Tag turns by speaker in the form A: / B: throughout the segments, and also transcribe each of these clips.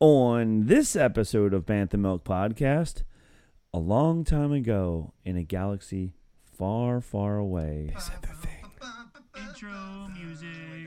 A: On this episode of Bantha Milk Podcast, a long time ago in a galaxy far, far away.
B: Intro music.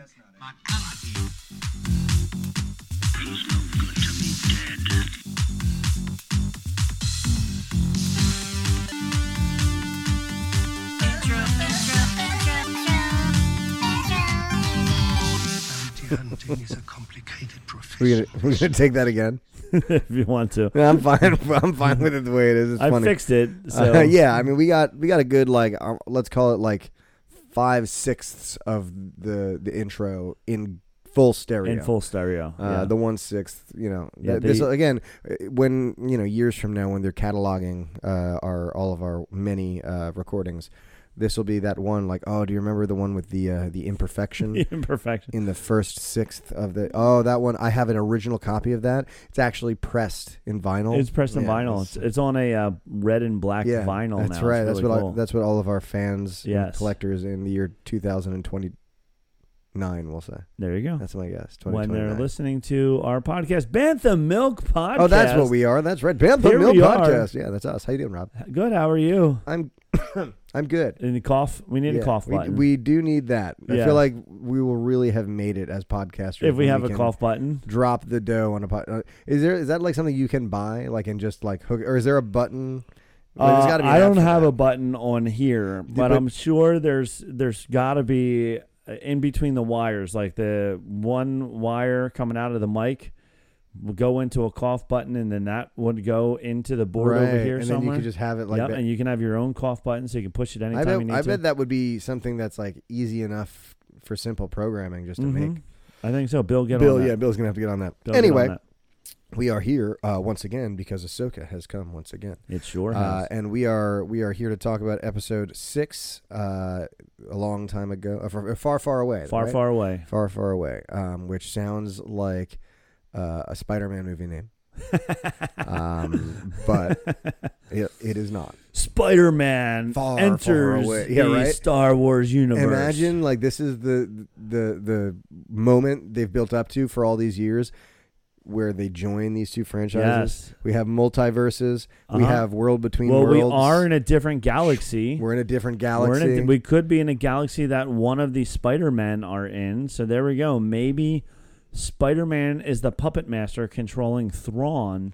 C: Hunting is a complicated profession.
D: We're gonna, we're gonna take that again.
A: if you want to,
D: I'm fine. I'm fine with it the way it is. It's
A: I
D: funny.
A: fixed it. So
D: Uh, yeah, I mean, we got we got a good like uh, let's call it like five sixths of the the intro in full stereo.
A: in full stereo.
D: Uh,
A: yeah.
D: The one sixth, you know.
A: Yeah,
D: th- this
A: they-
D: again, uh, when you know years from now, when they're cataloging uh, our all of our many uh, recordings, this will be that one. Like, oh, do you remember the one with the uh, the imperfection?
A: The imperfection.
D: in the first sixth of the oh that one I have an original copy of that. It's actually pressed in vinyl.
A: It's pressed in
D: Yeah,
A: vinyl. It's,
D: it's-
A: it's on a uh, red and black
D: yeah,
A: vinyl now.
D: That's
A: It's
D: right. that's
A: really
D: what
A: cool.
D: I, that's what all of our fans, and
A: Yes.
D: collectors in the year 2029 will say.
A: there you go.
D: That's my guess.
A: When they're
D: 2029.
A: listening to our podcast, Bantha Milk Podcast.
D: Oh, that's what we are. That's right. Bam
A: Here
D: Bam Milk
A: we are.
D: Podcast. Yeah, that's us. How you doing, Rob?
A: Good. How are you?
D: I'm I'm good.
A: And the cough. We need
D: Yeah,
A: a cough
D: we,
A: button.
D: we do need that.
A: Yeah.
D: I feel like we will really have made it as podcasters
A: if we
D: when
A: have a
D: can-
A: cough button,
D: drop the dough on a pot. uh, Is there is that like something you can buy like and just like hook or is there a button? Like, there's
A: Uh,
D: gotta be an
A: I
D: app
A: don't
D: for
A: have
D: that.
A: a button on here, but,
D: but-
A: I'm sure there's there's got to be uh, in between the wires, like the one wire coming out of the mic will go into a cough button, and then that would go into the board
D: right.
A: over here
D: and then
A: somewhere.
D: you could just have it like
A: yep,
D: that.
A: and you can have your own cough button, so you can push it anytime
D: I
A: you
D: bet
A: need
D: I
A: to.
D: bet that would be something that's like easy enough for simple programming just to
A: Mhm.
D: make.
A: I think so. Bill, get
D: Bill,
A: on that.
D: yeah, Bill's gonna have to get on that.
A: Bill, get on
D: anyway,
A: that.
D: we are here uh, once again because Ahsoka has come once again.
A: it sure
D: Uh,
A: has.
D: and we are we are here to talk about episode six, uh, a long time ago, uh, far- far far away,
A: far,
D: right?
A: far away.
D: far far away, um, which sounds like uh, a Spider-Man movie name. um, but it, it is not.
A: Spider Man
D: Far, far
A: enters
D: away. Yeah,
A: the
D: right?
A: Star Wars universe.
D: Imagine like this is the the the moment they've built up to for all these years, where they join these two franchises.
A: Yes.
D: We have multiverses. We
A: Uh-huh.
D: have world between
A: Well,
D: worlds.
A: we are in a different galaxy.
D: We're in a different
A: We're in
D: galaxy.
A: a- we could be in a galaxy that one of the Spider Men are in. So there we go. Maybe Spider Man is the puppet master controlling Thrawn.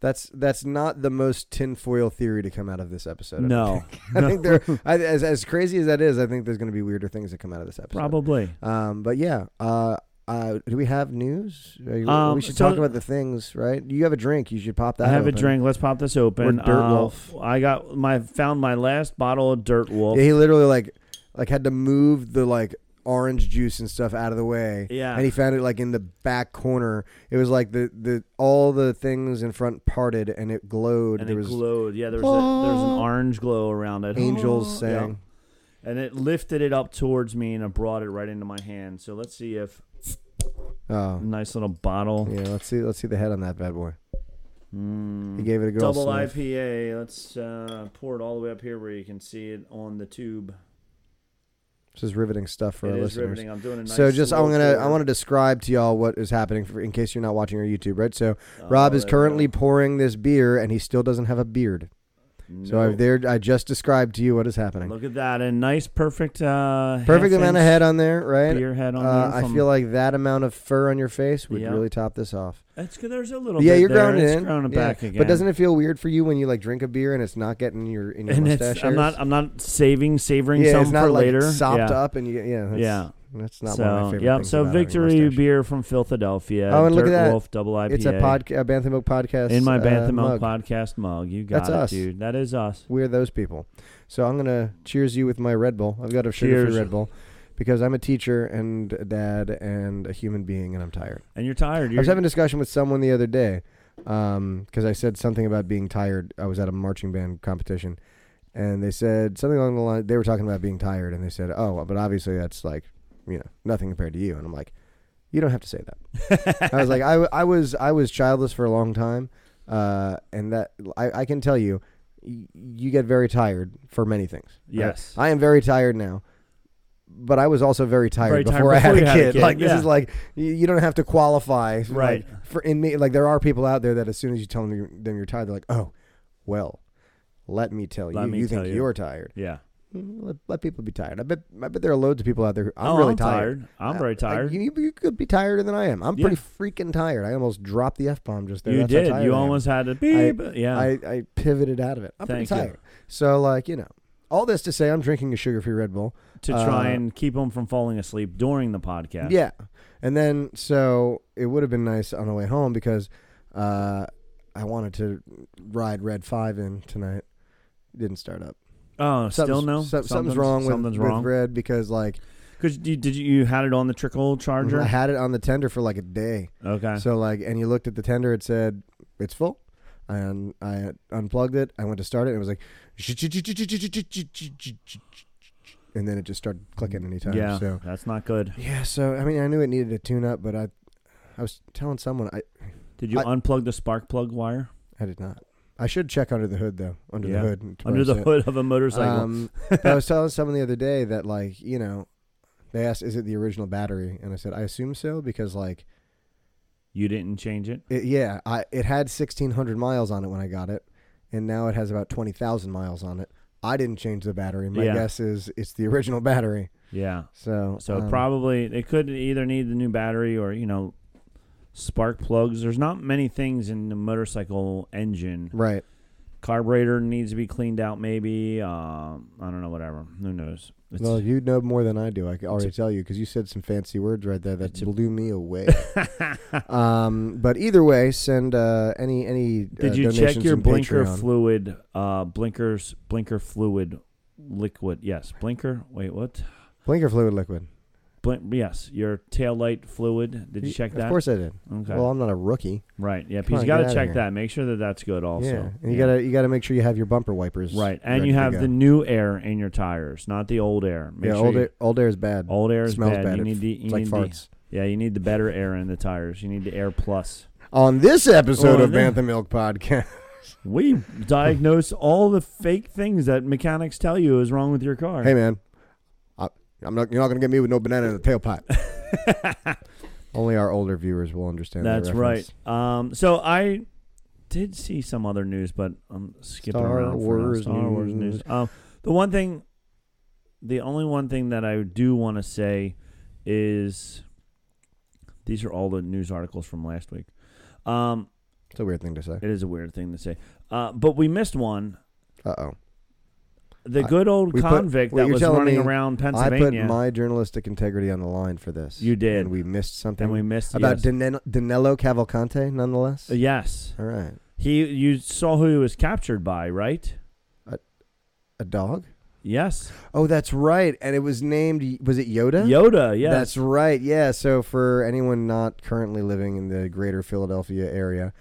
D: that's that's not the most tinfoil theory to come out of this episode. I
A: No,
D: think. I think there, I, as as crazy as that is, I think there's going to be weirder things that come out of this episode.
A: probably.
D: Um, but yeah, uh, uh, do we have news? Are you-
A: Um,
D: we should
A: so-
D: talk about the things, right? You have a drink. You should pop that.
A: I have a
D: open.
A: drink. Let's pop this open.
D: We're Dirt
A: Uh,
D: Wolf.
A: I got my found my last bottle of Dirt Wolf.
D: Yeah, he literally like, like had to move the like orange juice and stuff out of the way.
A: Yeah.
D: and he found it like in the back corner. It was like the the all the things in front parted and it glowed.
A: and
D: there
A: it
D: was
A: glowed. Yeah, there was, a, there was an orange glow around it.
D: angels
A: Oh, Yeah.
D: sang.
A: And it lifted it up towards me and it brought it right into my hand. So let's see if
D: Oh,
A: nice little bottle.
D: yeah. Let's see. Let's see the head on that bad boy. He gave it a good old
A: Hmm. Double
D: sniff.
A: IPA. Let's uh, pour it all the way up here where you can see it on the tube.
D: This is riveting stuff for
A: It
D: our
A: is
D: listeners.
A: riveting. I'm doing a nice.
D: so just I'm
A: little
D: gonna I
A: tour.
D: want to describe to y'all what is happening for, in case you're not watching our YouTube, right? So Rob is
A: Oh, there we
D: currently
A: go.
D: pouring this beer, and he still doesn't have a beard. So I,
A: No.
D: there, I just described to you what is happening.
A: Look at that! A nice, perfect, uh,
D: Perfect
A: half
D: amount of
A: inch
D: head on there, right?
A: Beer head on
D: Uh,
A: there.
D: I
A: from-
D: feel like that amount of fur on your face would
A: Yeah.
D: really top this off.
A: it's there's a little.
D: yeah,
A: bit
D: you're
A: there.
D: growing it
A: it's
D: in,
A: Grown it
D: Yeah.
A: back again.
D: But doesn't it feel weird for you when you like drink a beer and it's not getting your in your
A: And
D: mustache?
A: it's, I'm
D: hairs?
A: not. I'm not saving, savoring
D: yeah,
A: some
D: it's not
A: for
D: like
A: later.
D: sopped
A: yeah.
D: up, and you, yeah, that's,
A: Yeah.
D: that's not
A: so,
D: one of my favorite
A: yep.
D: things
A: So
D: about having a
A: victory
D: mustache.
A: beer from Philadelphia.
D: Oh, and look at
A: Dirt
D: that.
A: Wolf Double IPA.
D: It's a pod, a Bantha Milk podcast
A: in my
D: uh,
A: Bantha Milk
D: mug.
A: podcast mug. You got
D: That's
A: it,
D: us.
A: dude. That is us.
D: We're those people. So I'm gonna cheers you with my Red Bull. I've got a
A: Cheers.
D: sugar-free Red Bull because I'm a teacher and a dad and a human being, and I'm tired.
A: and you're tired.
D: I
A: You're,
D: was having a discussion with someone the other day because I said something about being tired. I was at a marching band competition, and they said something along the line. They were talking about being tired, and they said, "Oh, but obviously that's like, you know, nothing compared to you." And I'm like, "You don't have to say that." I was like, I, w- "I was I was childless for a long time, uh, and that I, I can tell you, y- you get very tired for many things."
A: Yes.
D: I, I am very tired now. But I was also very tired,
A: Very tired
D: before, I
A: before
D: had a
A: you
D: kid.
A: had a kid,
D: Like this
A: yeah.
D: is like you, you don't have to qualify like,
A: Right.
D: for in me like there are people out there that as soon as you tell them you're, them you're tired they're like oh well let me tell
A: Let
D: you
A: me
D: you
A: tell
D: think
A: you."
D: you. are tired
A: yeah.
D: Mm, let, let people be tired I bet I bet there are loads of people out there who, I'm
A: Oh,
D: really
A: I'm tired. I'm
D: Uh,
A: very
D: like,
A: tired.
D: you, you could be tireder than I am I'm
A: Yeah.
D: pretty freaking tired I almost dropped the f bomb just there
A: You
D: That's how
A: did.
D: tired
A: You
D: I am.
A: almost had to
D: I-
A: beep. yeah.
D: I, I pivoted out of it I'm
A: Thank
D: pretty
A: you.
D: tired so like you know all this to say I'm drinking a sugar free Red Bull
A: to try
D: uh,
A: and keep them from falling asleep during the podcast.
D: Yeah. And then so it would have been nice on the way home because uh, I wanted to ride Red Five in tonight. Didn't start up.
A: Oh, still no.
D: so- something's wrong with,
A: something's
D: with
A: wrong.
D: Red because like
A: Because you, did you, you had it on the trickle charger?
D: I had it on the tender for like a day.
A: Okay.
D: So like, and you looked at the tender, it said it's full. And I unplugged it. I went to start it, and it was like, and then it just started clicking anytime.
A: yeah,
D: So
A: that's not good.
D: yeah. So I mean, I knew it needed a tune up, but I, I was telling someone I,
A: Did you
D: I-
A: unplug the spark plug wire
D: I did not. I should check under the hood though. Under
A: Yeah.
D: the hood. and
A: under the
D: twice it.
A: hood of a motorcycle?
D: Um, but I was telling someone the other day that like you know, they asked, "Is it the original battery?" And I said, "I assume so because like
A: you didn't change it.
D: it, yeah, I it had sixteen hundred miles on it when I got it, and now it has about twenty thousand miles on it. I didn't change the battery. My
A: Yeah.
D: guess is it's the original battery.
A: Yeah.
D: So
A: So
D: um,
A: probably it could either need the new battery or you know spark plugs. There's not many things in the motorcycle engine.
D: right.
A: Carburetor needs to be cleaned out. Maybe um, I don't know. Whatever. Who knows? It's-
D: Well, you know more than I do. I can already tell you because you said some fancy words right there that
A: It's a-
D: blew me away. um, but either way, send uh, any any.
A: Did
D: uh,
A: you check
D: donations
A: your
D: on
A: blinker
D: Patreon.
A: fluid? Uh, blinkers, blinker fluid, liquid. Yes, blinker. Wait, what?
D: Blinker fluid liquid.
A: Blink. Yes, your tail light fluid. Did you check that?
D: Of course I did.
A: Okay.
D: Well, I'm not a rookie.
A: right. Yeah.
D: Come
A: You
D: on,
A: got
D: get
A: to
D: outta
A: check
D: here.
A: that. Make sure that that's good. Also.
D: yeah, and you
A: Yeah.
D: gotta you gotta make sure you have your bumper wipers
A: Right, and
D: ready
A: you
D: to
A: have
D: go.
A: the new air in your tires, not the old air. Make
D: yeah
A: sure
D: old
A: you-
D: air, old air is bad.
A: old air is
D: smells
A: bad.
D: bad.
A: You
D: It
A: need
D: f-
A: the E you
D: it's like
A: need
D: farts.
A: The, yeah, you need the better air in the tires. You need the air plus.
D: On this episode
A: Well,
D: of
A: then-
D: Bantha Milk Podcast,
A: We diagnose all the fake things that mechanics tell you is wrong with your car.
D: hey man, I, I'm not you're not gonna get me with no banana in the tailpipe. Only our older viewers will understand. that
A: That's right.
D: reference.
A: Um, so I did see some other news, but I'm skipping
D: Star
A: around.
D: Wars
A: for now. Star Wars news.
D: news.
A: Um, the one thing, the only one thing that I do want to say is these are all the news articles from last week. Um,
D: It's a weird thing to say.
A: it is a weird thing to say, uh, but we missed one.
D: Uh oh.
A: The
D: I-
A: good old
D: we put-
A: convict
D: well,
A: that
D: you're
A: was
D: telling
A: running
D: me
A: around
D: I put
A: Pennsylvania,
D: my journalistic integrity on the line for this.
A: You did.
D: And we missed something.
A: and we missed
D: about
A: yes. Uh,
D: Danilo, Danilo Cavalcante, nonetheless.
A: yes,
D: All right.
A: he. You saw who he was captured by, right?
D: A dog?
A: Yes,
D: Oh, that's right. And it was named, was it Yoda?
A: Yoda. Yes,
D: That's right. Yeah. So for anyone not currently living in the greater Philadelphia area,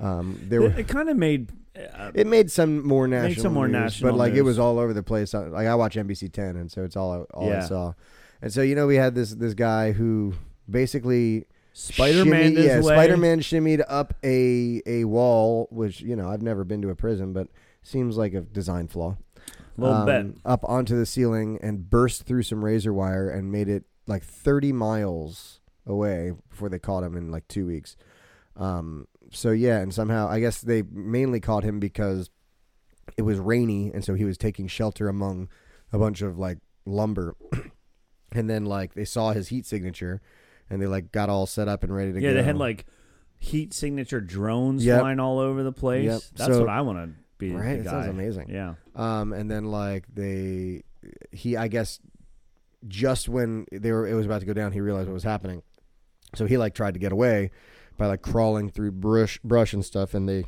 D: um, there
A: It,
D: were.
A: kind of made. Uh,
D: It made some more national,
A: some more
D: news,
A: national
D: but like it
A: news.
D: was all over the place. I- Like I watch NBC Ten, and so it's all I- all
A: Yeah.
D: I saw. And so you know we had this this guy who basically
A: Spider Man
D: shimmy-
A: his
D: yeah,
A: way.
D: Spider Man shimmied up a a wall, which you know I've never been to a prison, but seems like a design flaw.
A: Little
D: Um,
A: bit.
D: up onto the ceiling and burst through some razor wire and made it like 30 miles away before they caught him in like two weeks. Um, so yeah, and somehow I guess they mainly caught him because it was rainy and so he was taking shelter among a bunch of like lumber. and then like they saw his heat signature and they like got all set up and ready to
A: Yeah,
D: go.
A: they had like heat signature drones
D: Yep.
A: flying all over the place.
D: Yep.
A: That's
D: So-
A: what I want to be. the
D: Right, that sounds
A: guy.
D: amazing.
A: Yeah.
D: Um, and then like they, he, I guess, just when they were, it was about to go down, he realized what was happening. So he like tried to get away by like crawling through brush, brush and stuff, and they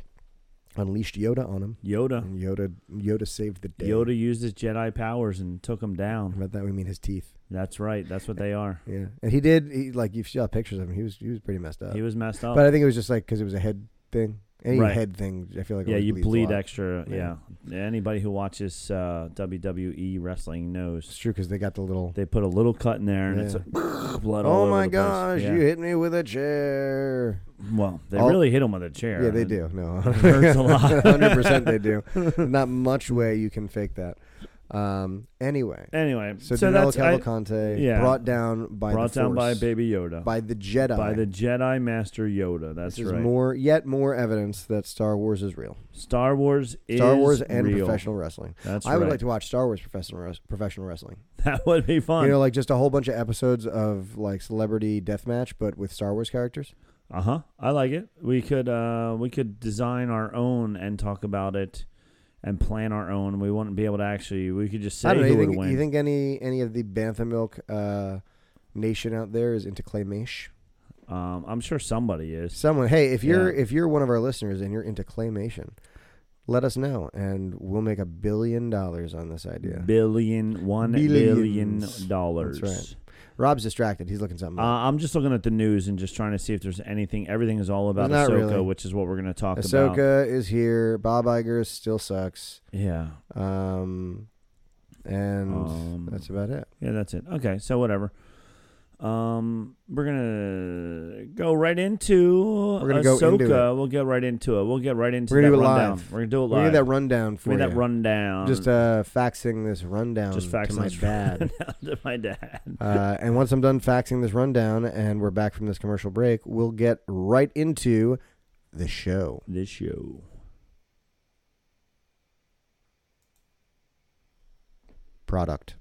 D: unleashed Yoda on him.
A: Yoda.
D: And Yoda Yoda saved the day.
A: Yoda used his Jedi powers and took him down.
D: By that we mean his teeth.
A: That's right. That's what they are.
D: Yeah, and he did. He like you saw pictures of him. He was he was pretty messed up.
A: He was messed up.
D: Uh, but I think it was just like because it was a head thing. Any
A: Right.
D: head thing, I feel like
A: yeah,
D: always
A: you
D: bleeds a
A: bleed
D: lot.
A: extra. Yeah.
D: Yeah.
A: Anybody who watches uh, WWE wrestling
D: It's
A: knows
D: true because they got the little.
A: they put a little cut in there and it's
D: Yeah.
A: a blood all
D: oh
A: over
D: my
A: the place.
D: gosh!
A: Yeah.
D: You hit me with a chair.
A: Well, they
D: All-
A: really hit him with a chair.
D: Yeah, they
A: And-
D: do. No,
A: hurts a lot.
D: Hundred percent, they do. Not much way you can fake that. Um. Anyway,
A: Anyway, so,
D: so, Danilo
A: that's I-
D: Cavalcante
A: yeah.
D: brought down by
A: brought
D: the
A: down by
D: Force,
A: Baby Yoda,
D: by the Jedi.
A: by the Jedi Master Yoda. That's
D: this is
A: right.
D: more yet more evidence that Star Wars is real.
A: Star Wars is
D: Star Wars and
A: real.
D: professional wrestling.
A: That's
D: I would
A: right.
D: like to watch Star Wars professional res- professional wrestling.
A: That would be fun.
D: You know, like just a whole bunch of episodes of like celebrity deathmatch, but with Star Wars characters.
A: Uh huh. I like it. We could uh we could design our own and talk about it and plan our own. We wouldn't be able to actually. We could just say
D: I don't know.
A: who
D: You
A: would
D: think,
A: win.
D: you think any any of the bantha milk uh, nation out there is into claymation?
A: um, I'm sure somebody is.
D: Someone, hey, if you're
A: Yeah.
D: if you're one of our listeners and you're into claymation, let us know, and we'll make a billion dollars on this idea.
A: Billion one billion
D: Billions.
A: dollars.
D: That's Rob's distracted; he's looking something. up.
A: Uh, I'm just looking at the news and just trying to see if there's anything. Everything is all about
D: There's not
A: Ahsoka,
D: really.
A: which is what we're going to talk
D: Ahsoka
A: about.
D: is here. Bob Iger still sucks.
A: Yeah.
D: Um, and
A: Um,
D: that's about it.
A: Yeah, that's it. Okay, so whatever. Um, we're gonna go right into
D: We're gonna go
A: Ahsoka.
D: into it.
A: We'll get right into it. We'll get right into
D: We're
A: that
D: gonna do it
A: rundown.
D: live.
A: We're gonna do it
D: Give me
A: live.
D: that rundown
A: Give
D: for
A: me
D: you.
A: that rundown.
D: Just uh, faxing this rundown
A: Just
D: to
A: faxing
D: my
A: this
D: dad.
A: to my dad.
D: uh, and once I'm done faxing this rundown and we're back from this commercial break, we'll get right into the show.
A: This show.
D: Product.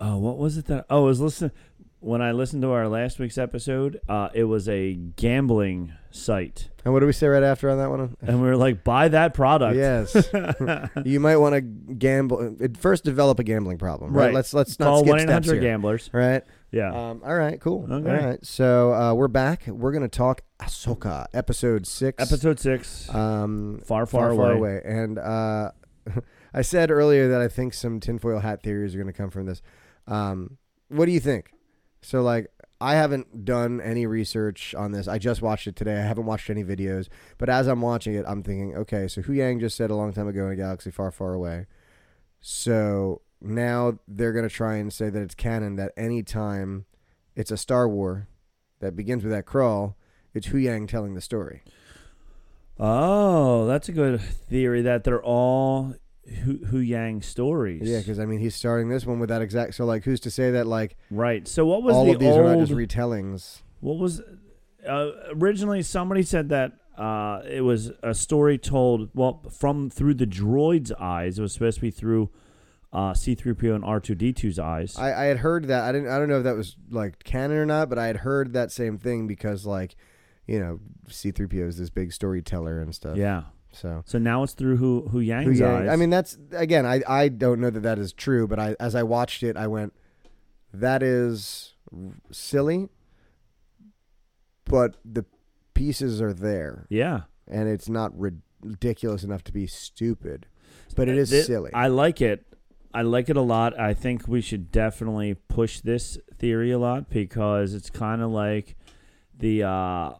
A: Oh, what was it that? Oh, I was listening. When I listened to our last week's episode, uh, it was a gambling site,
D: And what do we say right after on that one?
A: and we were like, "Buy that product."
D: Yes. you might want to gamble. uh, First, develop a gambling problem. Right.
A: Right.
D: Let's let's not
A: Call
D: skip
A: one
D: steps
A: eight hundred
D: here.
A: gamblers.
D: Right.
A: Yeah.
D: Um, all right. Cool.
A: Okay.
D: All right. So uh, we're back. We're gonna talk Ahsoka, episode six.
A: Episode six.
D: Um,
A: far,
D: far,
A: far,
D: far away. And uh, I said earlier that I think some tinfoil hat theories are going to come from this. Um, what do you think? So, like, I haven't done any research on this. I just watched it today. I haven't watched any videos. But as I'm watching it, I'm thinking, okay, so Hu Yang just said a long time ago in a galaxy far, far away. So now they're going to try and say that it's canon that any time it's a Star War that begins with that crawl, it's Hu Yang telling the story.
A: Oh, that's a good theory that they're all Hu, Hu Yang stories.
D: Yeah, because I mean, he's starting this one with that exact. So, like, who's to say that like
A: right. So what was
D: all
A: the
D: of these
A: old?
D: are not just retellings?
A: what was uh, originally somebody said that uh, it was a story told well from through the droid's eyes. It was supposed to be through uh, C-3PO and R2D2's eyes.
D: I, I had heard that. I didn't. I don't know if that was like canon or not, but I had heard that same thing because like, you know, C three PO is this big storyteller and stuff.
A: yeah.
D: So.
A: So now it's through Hu Hu Yang's
D: Hu
A: eyes.
D: Yang, I mean, that's again. I, I don't know that that is true, but I as I watched it, I went, that is r- silly. But the pieces are there,
A: yeah.
D: and it's not ridiculous enough to be stupid, but it is
A: Thi-
D: silly.
A: I like it. I like it a lot. I think we should definitely push this theory a lot because it's kind of like the uh,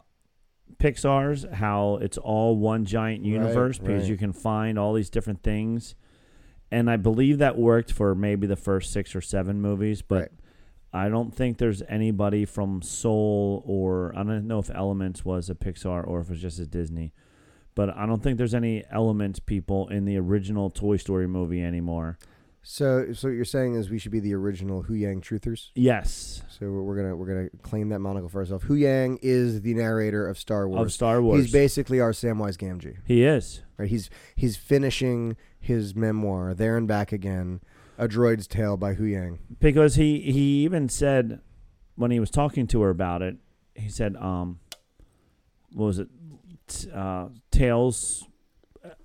A: Pixar's, how it's all one giant universe because
D: right.
A: you can find all these different things. And I believe that worked for maybe the first six or seven movies, but
D: Right.
A: I don't think there's anybody from Soul or I don't know if Elements was a Pixar or if it was just a Disney but I don't think there's any elements people in the original Toy Story movie anymore.
D: So, so what you're saying is we should be the original Hu Yang truthers.
A: Yes,
D: So we're, we're gonna we're gonna claim that monocle for ourselves. Hu Yang is the narrator of Star Wars.
A: of Star Wars,
D: He's basically our Samwise Gamgee.
A: he is.
D: Right? He's he's finishing his memoir, There and Back Again, A Droid's Tale by Hu Yang.
A: because he he even said when he was talking to her about it, he said, um, what was it, T- uh, Tales,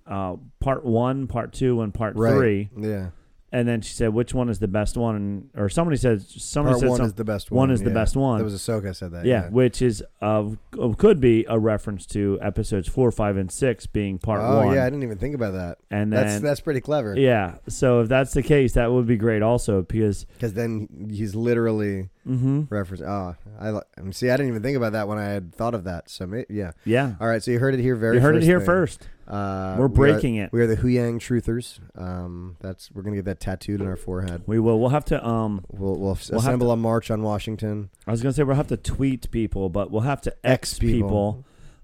A: uh, part one, part two, and part
D: Right.
A: three,
D: Yeah.
A: And then she said, "Which one is the best one?" And, or somebody said, "Somebody
D: Part
A: said
D: one
A: some-
D: is the best one.
A: one is the
D: yeah.
A: best one.
D: That was Ahsoka said that.
A: yeah, which is of of- could be a reference to episodes four, five, and six being part
D: oh
A: one.
D: yeah, I didn't even think about that.
A: and then
D: That's that's pretty clever.
A: yeah. So if that's the case, that would be great also because
D: Because then he's literally
A: hmm
D: referencing. Oh, I li- um, see. I didn't even think about that when I had thought of that. So ma- yeah.
A: yeah,
D: All right. So you heard it here. Very.
A: you heard it
D: first
A: here
D: thing.
A: first.
D: Uh,
A: We're
D: we are-
A: breaking it.
D: We are the Huyang Truthers. Um, that's we're gonna get that tattooed on our forehead.
A: We will. We'll have to. Um,
D: We'll, we'll,
A: We'll have
D: assemble a march on Washington.
A: I was gonna say we'll have to tweet people, but we'll have to X,
D: X
A: people,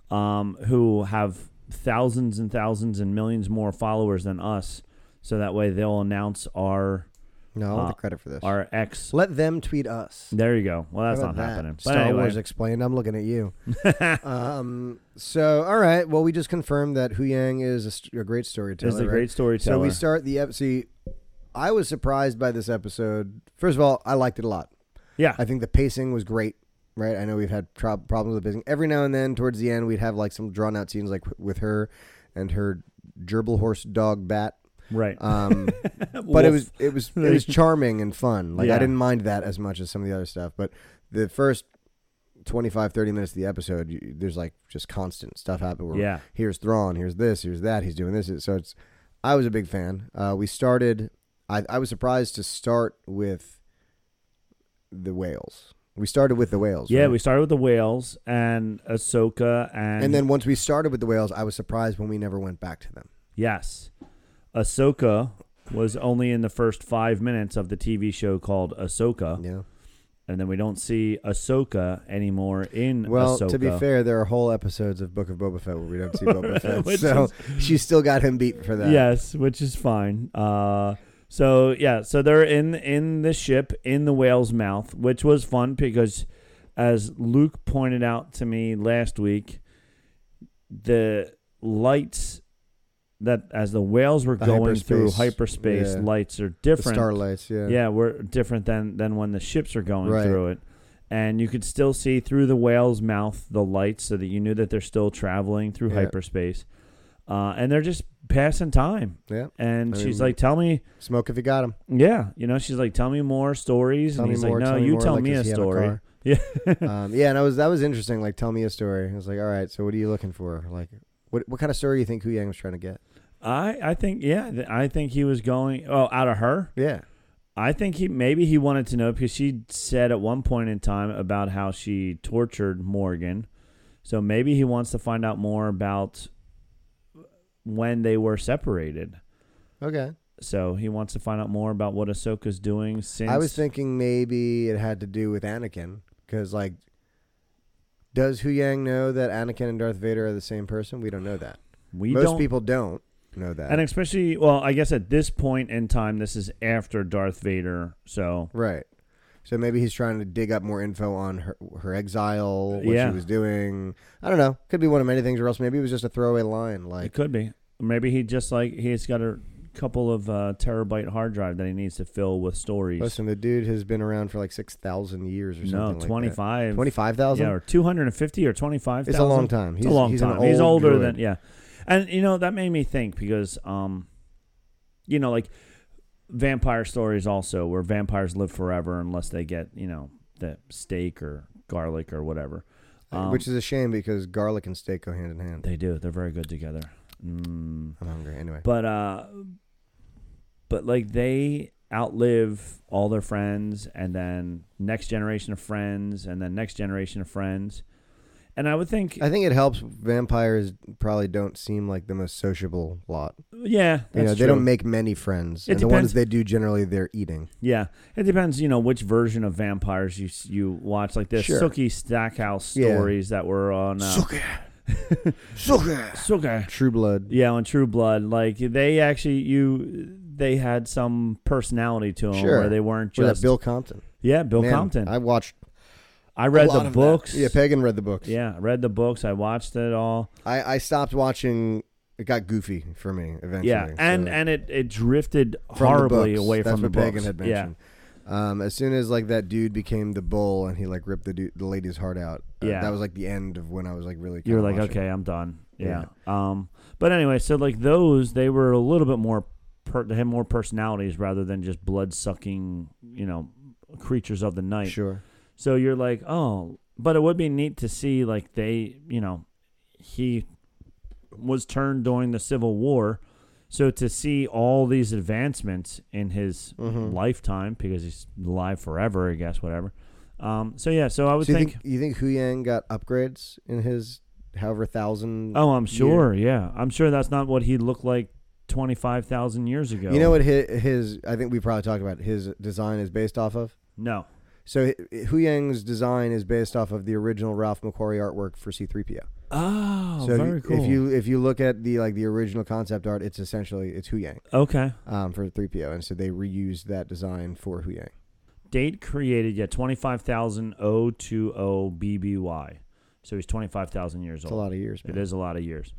D: people.
A: um, who have thousands and thousands and millions more followers than us, so that way they'll announce our
D: No, I'll
A: Uh,
D: have the credit for this.
A: our X.
D: Let them tweet us.
A: There you go. Well, that's
D: How
A: not
D: about that?
A: happening. But
D: Star
A: anyway,
D: Wars explained. I'm looking at you. um, so, all right. Well, we just confirmed that Hu Yang is a, st- a great storyteller.
A: is a
D: right?
A: great storyteller.
D: So we start the ep- see. I was surprised by this episode. First of all, I liked it a lot.
A: yeah,
D: I think the pacing was great. Right. I know we've had tro- problems with pacing. Every now and then, towards the end, we'd have like some drawn out scenes, like with her and her gerbil horse dog bat.
A: right.
D: Um,
A: but
D: but it was it was it was charming and fun. Like
A: Yeah.
D: I didn't mind that as much as some of the other stuff. But the first 25, 30 minutes of the episode, you, there's like just constant stuff happening. Where
A: Yeah.
D: here's Thrawn, here's this, here's that, he's doing this. So it's I was a big fan. Uh, we started. I I was surprised to start with the whales. We started with the whales.
A: yeah.
D: right?
A: We started with the whales and Ahsoka and
D: and then once we started with the whales, I was surprised when we never went back to them.
A: yes, Ahsoka was only in the first five minutes of the TV show called Ahsoka.
D: Yeah.
A: and then we don't see Ahsoka anymore in
D: Well,
A: Ahsoka.
D: to be fair, there are whole episodes of Book of Boba Fett where we don't see Boba Fett.
A: Which
D: so
A: is-
D: she still got him beat for that.
A: yes, which is fine. Uh, so yeah, so they're in in the ship in the whale's mouth, which was fun because, as Luke pointed out to me last week, the lights that as the whales were
D: The
A: going through
D: hyperspace,
A: hyperspace
D: yeah.
A: lights are
D: The
A: different.
D: starlights, yeah.
A: yeah, we're different than than when the ships are going
D: Right.
A: through it. And you could still see through the whale's mouth the lights, so that you knew that they're still traveling through
D: Yeah.
A: hyperspace. Uh, and they're just passing time.
D: Yeah.
A: And
D: I
A: she's
D: mean-
A: like, "Tell me,
D: Smoke if you got him.
A: yeah, you know." She's like, "Tell me more stories."
D: Tell
A: and
D: me
A: he's
D: more.
A: like, "No,
D: tell me
A: you
D: more,
A: tell
D: like,
A: me a
D: does he have
A: story."
D: car?
A: Yeah,
D: um, yeah, and I was that was interesting. Like, tell me a story. I was like, all right. So, what are you looking for? Like, what what kind of story do you think Hu Yang was trying to get?
A: I I think yeah, th- I think he was going oh out of her.
D: Yeah,
A: I think he maybe he wanted to know because she said at one point in time about how she tortured Morgan. So maybe he wants to find out more about when they were separated.
D: okay.
A: So he wants to find out more about what Ahsoka's doing since
D: I was thinking maybe it had to do with Anakin because, like, does Hu Yang know that Anakin and Darth Vader are the same person? We don't know that.
A: we
D: Most
A: don't
D: people don't know that.
A: and especially well, I guess at this point in time this is after Darth Vader. So
D: Right. So maybe he's trying to dig up more info on her, her exile, what
A: Yeah.
D: she was doing. I don't know. Could be one of many things, or else maybe it was just a throwaway line.
A: it
D: Like,
A: could be. Maybe he just like he's got a couple of uh, terabyte hard drive that he needs to fill with stories.
D: listen, the dude has been around for like 6,000 years or
A: no,
D: something.
A: twenty five.
D: 25,000?
A: Yeah, or 250 or 25,000.
D: It's a long time.
A: It's a
D: He's-
A: long
D: he's an
A: time. he's
D: old
A: older
D: droid.
A: than, yeah. And, you know, that made me think because, um, you know, like vampire stories also where vampires live forever unless they get, you know, the steak or garlic or whatever. Um,
D: Uh, Which is a shame because garlic and steak go hand in hand.
A: they do. They're very good together. Mm.
D: I'm hungry. Anyway.
A: But uh but like they outlive all their friends and then next generation of friends and then next generation of friends. And I would think
D: I think it helps. Vampires probably don't seem like the most sociable lot.
A: yeah, that's
D: You know, they
A: true.
D: don't make many friends.
A: It
D: and the
A: depends-
D: ones they do, generally, they're eating.
A: yeah, it depends, you know, which version of vampires you s- you watch like the
D: Sure.
A: Sookie Stackhouse
D: Yeah.
A: stories that were on uh,
D: Sucker. Sucker.
A: Sookie.
D: True blood.
A: Yeah, on True Blood, like they actually you they had some personality to them
D: Sure.
A: where they weren't
D: Was that
A: just
D: Bill Compton?
A: yeah, Bill
D: Man,
A: Compton.
D: I watched
A: I read
D: a lot
A: the
D: of that.
A: books.
D: Yeah, Pagan read the books.
A: Yeah, I read the books. I watched it all.
D: I, I stopped watching. It got goofy for me eventually.
A: Yeah, and
D: so-
A: and it, it drifted
D: from the
A: horribly
D: books.
A: away
D: That's
A: from
D: what
A: the
D: Pagan
A: books.
D: had
A: yeah,
D: mentioned. Um, as soon as like that dude became the bull and he like ripped the dude, the lady's heart out. uh,
A: Yeah.
D: that was like the end of when I was like really.
A: you were
D: kinda
A: like,
D: watching.
A: okay, I'm done. Yeah. Um, but anyway, so like those, they were a little bit more per- they have more personalities rather than just blood sucking, you know, creatures of the night.
D: Sure.
A: So you're like, oh, but it would be neat to see like they, you know, he was turned during the Civil War. So to see all these advancements in his
D: Mm-hmm.
A: lifetime because he's alive forever, I guess, whatever. Um, so yeah, so I would
D: So you
A: think,
D: think, you think Hu Yang got upgrades in his however thousand?
A: oh, I'm
D: year?
A: sure, yeah, I'm sure that's not what he looked like twenty five thousand years ago.
D: You know what his, his? I think we probably talked about it, his design is based off of.
A: No,
D: So H- Hu Yang's design is based off of the original Ralph McQuarrie artwork for C-3PO.
A: oh,
D: so if
A: very
D: you,
A: cool.
D: If you if you look at the like the original concept art, it's essentially it's Hu Yang
A: okay,
D: um, for 3PO, and so they reused that design for Hu Yang.
A: date created, yeah, 25,020 BBY. So he's 25,000 years
D: It's a
A: old.
D: lot of years.
A: It
D: man.
A: is a lot of years.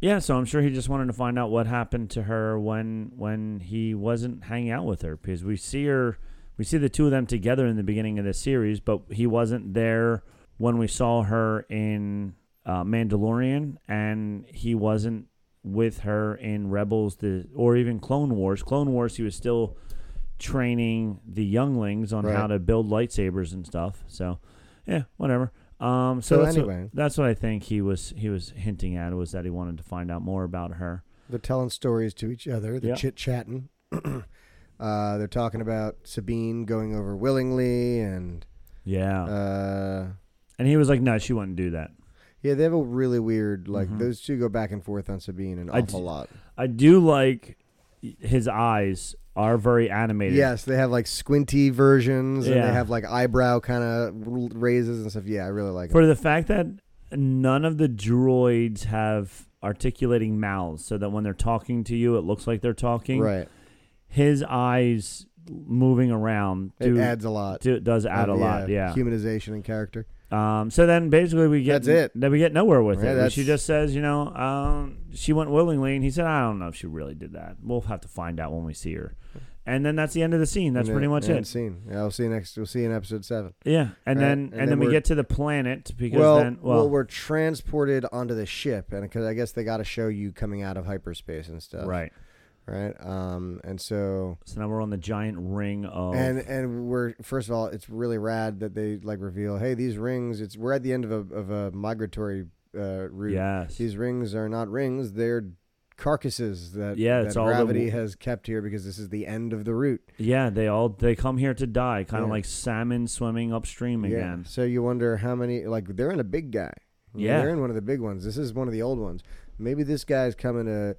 A: Yeah, so I'm sure he just wanted to find out what happened to her when when he wasn't hanging out with her because we see her we see the two of them together in the beginning of the series, but he wasn't there when we saw her in uh, Mandalorian and he wasn't with her in Rebels the or even Clone Wars. Clone Wars he was still training the younglings on how
D: Right.
A: to build lightsabers and stuff. So, yeah, whatever. Um, so,
D: So
A: that's what-
D: anyway.
A: that's what I think he was he was hinting at was that he wanted to find out more about her.
D: They're telling stories to each other. They're
A: Yeah.
D: chit chatting. uh, they're talking about Sabine going over willingly, and
A: Yeah,
D: uh,
A: and he was like, "No, she wouldn't do that."
D: yeah, they have a really weird like those two go back and forth on Sabine an
A: Mm-hmm. I
D: awful
A: d-
D: lot.
A: I do like his eyes are very animated.
D: Yes, they have like squinty versions, and
A: Yeah.
D: they have like eyebrow kind of raises and stuff. Yeah, I really like it.
A: for the fact that none of the droids have articulating mouths, so that when they're talking to you, it looks like they're talking.
D: Right,
A: His eyes moving around
D: it adds a lot.
A: do, does add a
D: Uh,
A: lot. Yeah.
D: humanization and character.
A: Um, so then basically we get
D: That's it.
A: Then we get nowhere with
D: Yeah,
A: it.
D: that's-
A: She just says, you know, um, she went willingly, and he said, I don't know if she really did that. We'll have to find out when we see her. And then that's the end of the scene. That's
D: And
A: pretty
D: then-
A: much
D: and
A: it.
D: Scene. Yeah, we'll see you next. We'll see you in episode seven.
A: Yeah. And
D: Right,
A: then and,
D: and then
A: then we
D: we're-
A: get to the planet because
D: well,
A: then well,
D: we're transported onto the ship, and because I guess they got to show you coming out of hyperspace and stuff,
A: right.
D: Right. Um, and so,
A: So now we're on the giant ring of
D: and and we're first of all, it's really rad that they like reveal, hey, these rings. It's we're at the end of a of a migratory uh, route.
A: yes.
D: These rings are not rings; they're carcasses that
A: Yeah,
D: that
A: it's all the
D: gravity
A: w-
D: has kept here because this is the end of the route.
A: yeah, they all they come here to die, kind of
D: Yeah.
A: like salmon swimming upstream again.
D: So you wonder how many like they're in a big guy. You know,
A: Yeah.
D: They're in one of the big ones. This is one of the old ones. Maybe this guy's coming to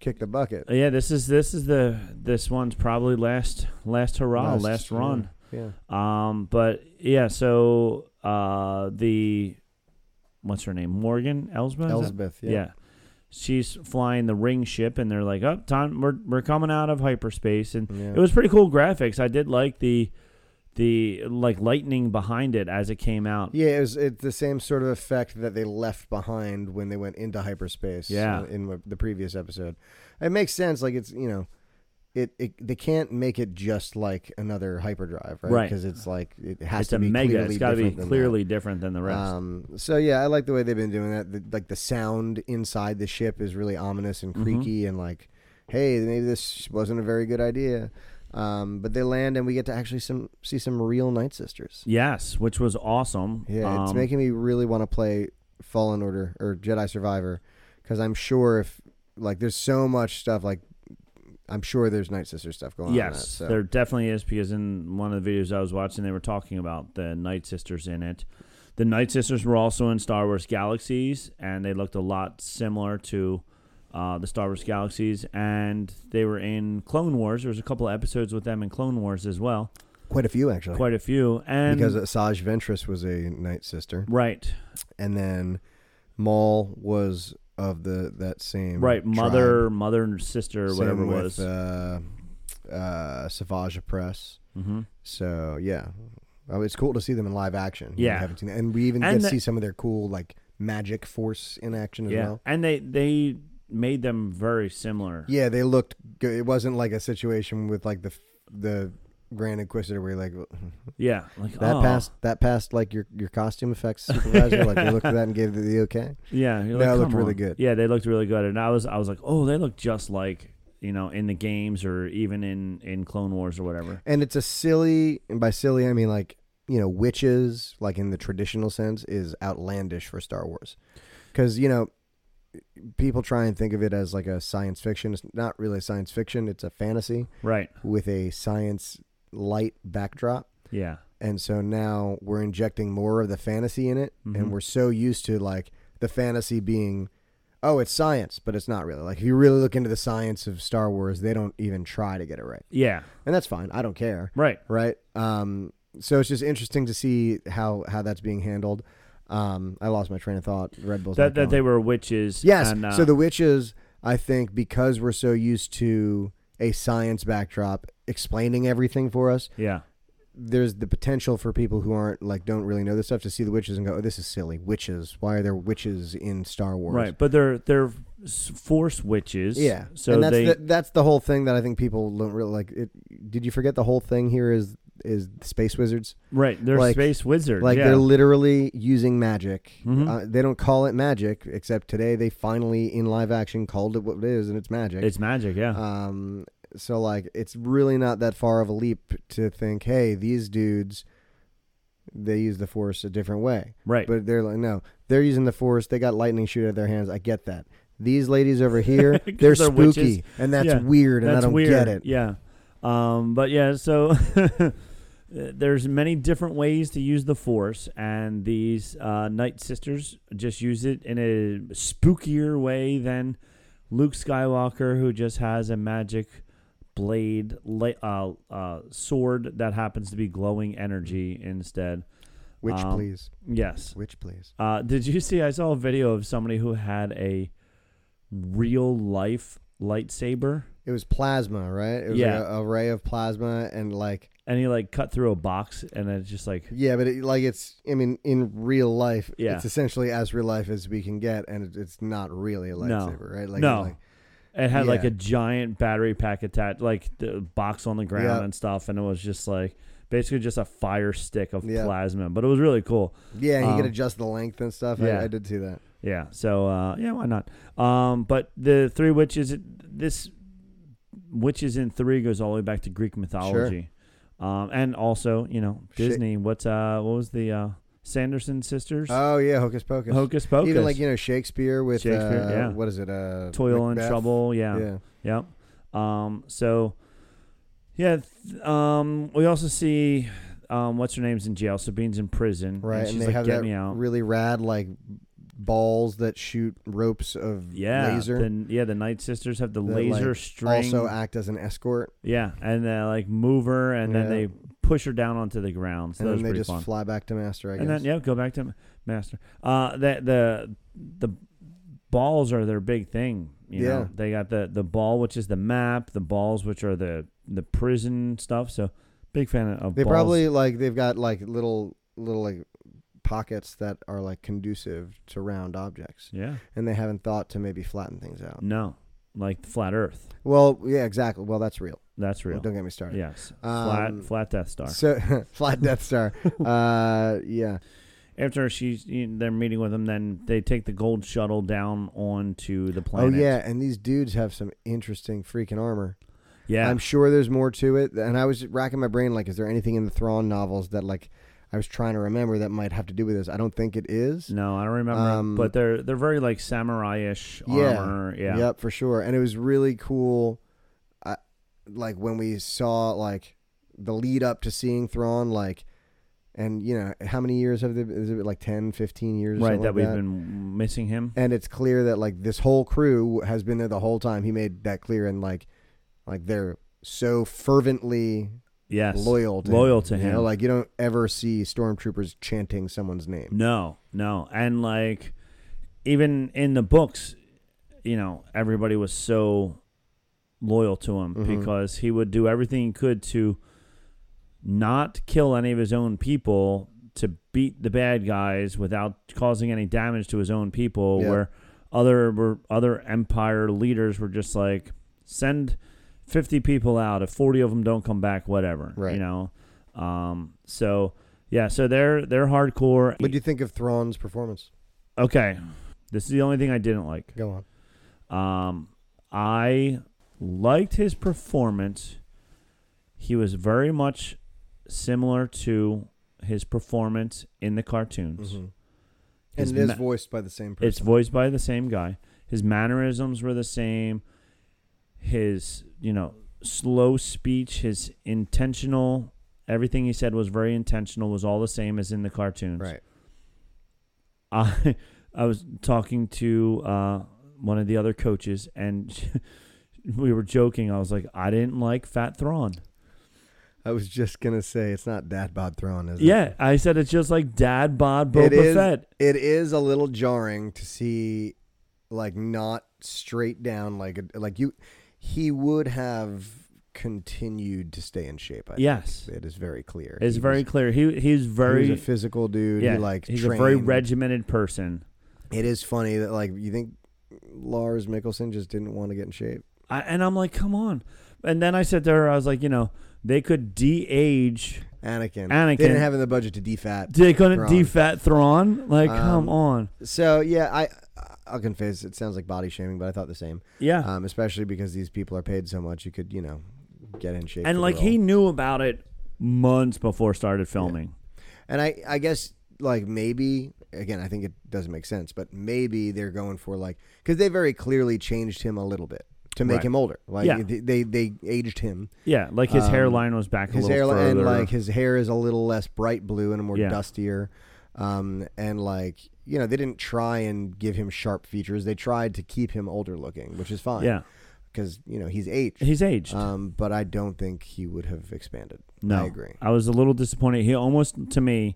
D: kick the bucket.
A: Yeah, this is this is the this one's probably last last hurrah, last,
D: yeah,
A: run.
D: Yeah.
A: Um, but yeah, so uh, the what's her name? Morgan Elsbeth. is it?
D: Elsbeth, yeah.
A: She's flying the ring ship, and they're like, "Up, time! We're we're coming out of hyperspace." And
D: Yeah.
A: it was pretty cool graphics. I did like the the like lightning behind it as it came out.
D: Yeah, it was it's the same sort of effect that they left behind when they went into hyperspace
A: Yeah.
D: in, in the previous episode. It makes sense like it's, you know, it, it they can't make it just like another hyperdrive, right?
A: Right.
D: Because it's like it has
A: It's
D: to
A: a
D: be
A: mega.
D: clearly
A: It's got to be
D: different than that.
A: clearly different than the rest.
D: Um, so yeah, I like the way they've been doing that. The, like the sound inside the ship is really ominous
A: Mm-hmm.
D: and creaky, and like, hey, maybe this wasn't a very good idea. Um, but they land, and we get to actually some see some real Night Sisters.
A: yes, which was awesome.
D: Yeah, it's
A: Um,
D: making me really want to play Fallen Order or Jedi Survivor because I'm sure if like there's so much stuff like. I'm sure there's Night Sister stuff going on. in that,
A: Yes,
D: so.
A: there definitely is because in one of the videos I was watching, they were talking about the Night Sisters in it. The Night Sisters were also in Star Wars Galaxies, and they looked a lot similar to uh, the Star Wars Galaxies. And they were in Clone Wars. There was a couple of episodes with them in Clone Wars as well,
D: quite a few actually.
A: quite a few. And
D: Oh. because Asajj Ventress was a Night Sister.
A: right,
D: and then Maul was of the that same
A: right,
D: tribe.
A: mother, mother and sister,
D: Same
A: whatever it
D: with,
A: was.
D: uh, uh, Savage Press.
A: hmm
D: So yeah, oh, it's cool to see them in live action. We
A: Yeah.
D: haven't seen that. and we even
A: And
D: get to
A: the-
D: see some of their cool like magic force in action as
A: Yeah,
D: well.
A: and they they made them very similar.
D: Yeah, they looked good. It wasn't like a situation with like the the Grand Inquisitor where you're like
A: yeah, like
D: that
A: oh.
D: passed that passed like your your costume effects supervisor like you looked at that and gave the, the okay.
A: Yeah, you're
D: They
A: like,
D: looked
A: "Come
D: really
A: on."
D: good.
A: Yeah, they looked really good, and I was I was like, oh, they look just like you know in the games or even in in Clone Wars or whatever.
D: And it's a silly, and by silly I mean like you know witches, like in the traditional sense, is outlandish for Star Wars, because you know people try and think of it as like a science fiction. It's not really science fiction; it's a fantasy
A: Right.
D: with a science light backdrop.
A: Yeah.
D: And so now we're injecting more of the fantasy in it, and we're so used to like the fantasy being. Oh, it's science, but it's not really. Like if you really look into the science of Star Wars, they don't even try to get it right.
A: Yeah.
D: And that's fine. I don't care
A: Right.
D: right? Um, so it's just interesting to see how how that's being handled. Um, I lost my train of thought. Red Bulls
A: That
D: not
A: that
D: going.
A: they were witches.
D: yes.
A: and, uh,
D: so the witches, I think, because we're so used to a science backdrop explaining everything for us,
A: yeah.
D: there's the potential for people who aren't like don't really know this stuff to see the witches and go, "Oh, this is silly. Witches? Why are there witches in Star Wars?"
A: Right, but they're they're s- force witches.
D: Yeah.
A: So
D: and that's
A: they
D: the, that's the whole thing that I think people don't really like. It, did you forget the whole thing here is is space wizards?
A: right they're
D: like-
A: space wizards.
D: Like
A: yeah.
D: they're literally using magic.
A: Mhm.
D: Uh, they don't call it magic, except today they finally in live action called it what it is, and it's magic.
A: it's magic. Yeah.
D: um, so like it's really not that far of a leap to think, hey, these dudes, they use the force a different way.
A: right.
D: But they're like, no, they're using the force. They got lightning shoot out of their hands. I get that. These ladies over here, they're,
A: They're
D: spooky,
A: witches.
D: and that's
A: Yeah.
D: weird, and
A: That's
D: I don't
A: weird.
D: get it.
A: Yeah. Um, but yeah, so uh, there's many different ways to use the force, and these uh, Night Sisters just use it in a spookier way than Luke Skywalker, who just has a magic blade la- uh, uh, sword that happens to be glowing energy instead.
D: Which
A: Um,
D: please,
A: Yes.
D: which please.
A: Uh, did you see? I saw a video of somebody who had a real life lightsaber,
D: It was plasma, right? It was
A: Yeah.
D: like a, a ray of plasma, and like
A: and he like cut through a box, and it's just like
D: Yeah, but it, like it's, I mean, in real life,
A: Yeah.
D: it's essentially as real life as we can get, and it, it's not really a lightsaber, right? Like,
A: no,
D: like-
A: it had like
D: Yeah.
A: a giant battery pack attached, like the box on the ground
D: Yeah.
A: and stuff, and it was just like basically just a fire stick of
D: Yeah.
A: plasma, but it was really cool.
D: yeah, you
A: Um,
D: can adjust the length and stuff.
A: yeah.
D: I, I did see that.
A: Yeah. So uh, yeah, why not? Um, but the three witches, this witches in three goes all the way back to Greek mythology, um, and also you know
D: Shit.
A: Disney. What's uh what was the uh, Sanderson sisters?
D: Oh yeah, hocus pocus.
A: Hocus Pocus.
D: Even like you know Shakespeare with
A: Shakespeare,
D: uh,
A: yeah.
D: what is it? Uh,
A: Toil and
D: Macbeth?
A: trouble.
D: Yeah.
A: Yep. Um, so, yeah. Th- um, we also see um, what's her name's in jail. Sabine's in prison.
D: right.
A: And she's
D: And, they
A: like,
D: have
A: "Get
D: that
A: me out."
D: really rad like balls that shoot ropes of
A: yeah.
D: laser.
A: The, yeah. The Night Sisters have the,
D: that,
A: laser
D: like,
A: string.
D: Also act as an escort,
A: yeah, and they like move her, and then
D: Yeah.
A: they push her down onto the ground. So
D: and
A: that was
D: then they
A: pretty
D: just
A: fun.
D: fly back to master. I guess.
A: and then yeah, go back to master. Uh, that the the balls are their big thing. You
D: Yeah.
A: know? they got the the ball, which is the map. The balls, which are the the prison stuff. So big fan of
D: They
A: balls.
D: probably like they've got like little little like pockets that are like conducive to round objects,
A: yeah
D: and they haven't thought to maybe flatten things out.
A: no like flat Earth.
D: Well, yeah, exactly. Well, that's real.
A: That's real.
D: Don't get me started.
A: Yes,
D: Um,
A: flat flat Death Star.
D: So flat Death Star. uh, yeah,
A: After she's you know, they're meeting with them, then they take the gold shuttle down onto the planet.
D: Oh yeah, and these dudes have some interesting freaking armor.
A: yeah.
D: I'm sure there's more to it. And I was racking my brain like, is there anything in the Thrawn novels that like I was trying to remember that might have to do with this? I don't think it is.
A: no, I don't remember,
D: Um,
A: but they're they're very like samurai-ish armor. Yeah,
D: Yep, for sure. And it was really cool. I, like when we saw like the lead up to seeing Thrawn, like, and you know, how many years have they, is it like 10, 15 years? or
A: right.
D: something
A: That
D: like
A: we've been missing him.
D: And it's clear that like this whole crew has been there the whole time. He made that clear. And like, like they're so fervently
A: Yes,
D: loyal to
A: loyal
D: him.
A: to
D: You
A: him.
D: know, like you don't ever see stormtroopers chanting someone's name.
A: No, no. And like even in the books, you know, everybody was so loyal to him
D: Mm-hmm.
A: because he would do everything he could to not kill any of his own people to beat the bad guys without causing any damage to his own people
D: Yeah.
A: where other were other empire leaders were just like send 50 people out if 40 of them don't come back whatever
D: Right.
A: you know um so yeah so they're they're hardcore
D: What do you think of Thrawn's performance?
A: Okay. This is the only thing I didn't like.
D: Go on.
A: Um, I liked his performance. He was very much similar to his performance in the cartoons. His
D: and it is
A: ma-
D: voiced by the same person.
A: It's voiced by the same guy. His mannerisms were the same. His, you know, slow speech, his intentional, everything he said was very intentional, was all the same as in the cartoons.
D: right.
A: I I was talking to uh, one of the other coaches, and we were joking. I was like, I didn't like Fat Thrawn.
D: I was just gonna say it's not that Bob Thrawn, is it?
A: Yeah, I said it's just like Dad Bod Boba
D: it is.
A: Fett.
D: It is a little jarring to see, like not straight down, like a, like you. He would have continued to stay in shape. I
A: Yes,
D: think. it is very clear.
A: it's
D: He
A: very
D: was-
A: clear. He he's very
D: He was a physical dude.
A: yeah.
D: he like
A: he's a very
D: trained.
A: regimented person.
D: It is funny that like you think Lars Mickelson just didn't want to get in shape.
A: I, and I'm like, come on. And then I said to her, I was like, you know, they could de-age.
D: Anakin.
A: Anakin.
D: They didn't have the budget to defat.
A: They couldn't
D: Thrawn.
A: de-fat Thrawn. Like, come
D: Um,
A: on.
D: So yeah, I I'll confess it sounds like body shaming, but I thought the same.
A: Yeah.
D: Um, especially because these people are paid so much, you could you know get in shape. for
A: and
D: the
A: like
D: role.
A: he knew about it months before started filming.
D: and I I guess like maybe again I think it doesn't make sense, but maybe they're going for like because they very clearly changed him a little bit to make
A: Right.
D: him older. Like
A: Yeah.
D: they, they they aged him.
A: Yeah, like his
D: Um,
A: hairline was back a
D: his
A: little
D: hair
A: further.
D: and like his hair is a little less bright blue and more
A: Yeah.
D: dustier um, and like you know they didn't try and give him sharp features they tried to keep him older looking which is fine
A: yeah,
D: because you know he's aged
A: he's aged.
D: um, but i don't think he would have expanded
A: no,
D: i agree
A: I was a little disappointed. He almost to me.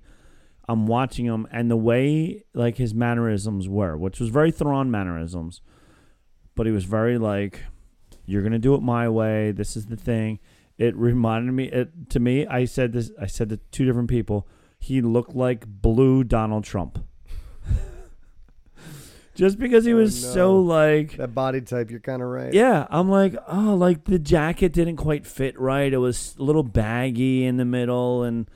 A: I'm watching him, and the way like his mannerisms were, which was very Thrawn mannerisms, but he was very like, "You're gonna do it my way. This is the thing." It reminded me. It to me. I said this. I said to two different people. He looked like blue Donald Trump. Just because he
D: Oh,
A: was so
D: no.
A: like
D: that body type you're kind of right
A: Yeah, I'm like, oh, like the jacket didn't quite fit right. It was a little baggy in the middle, and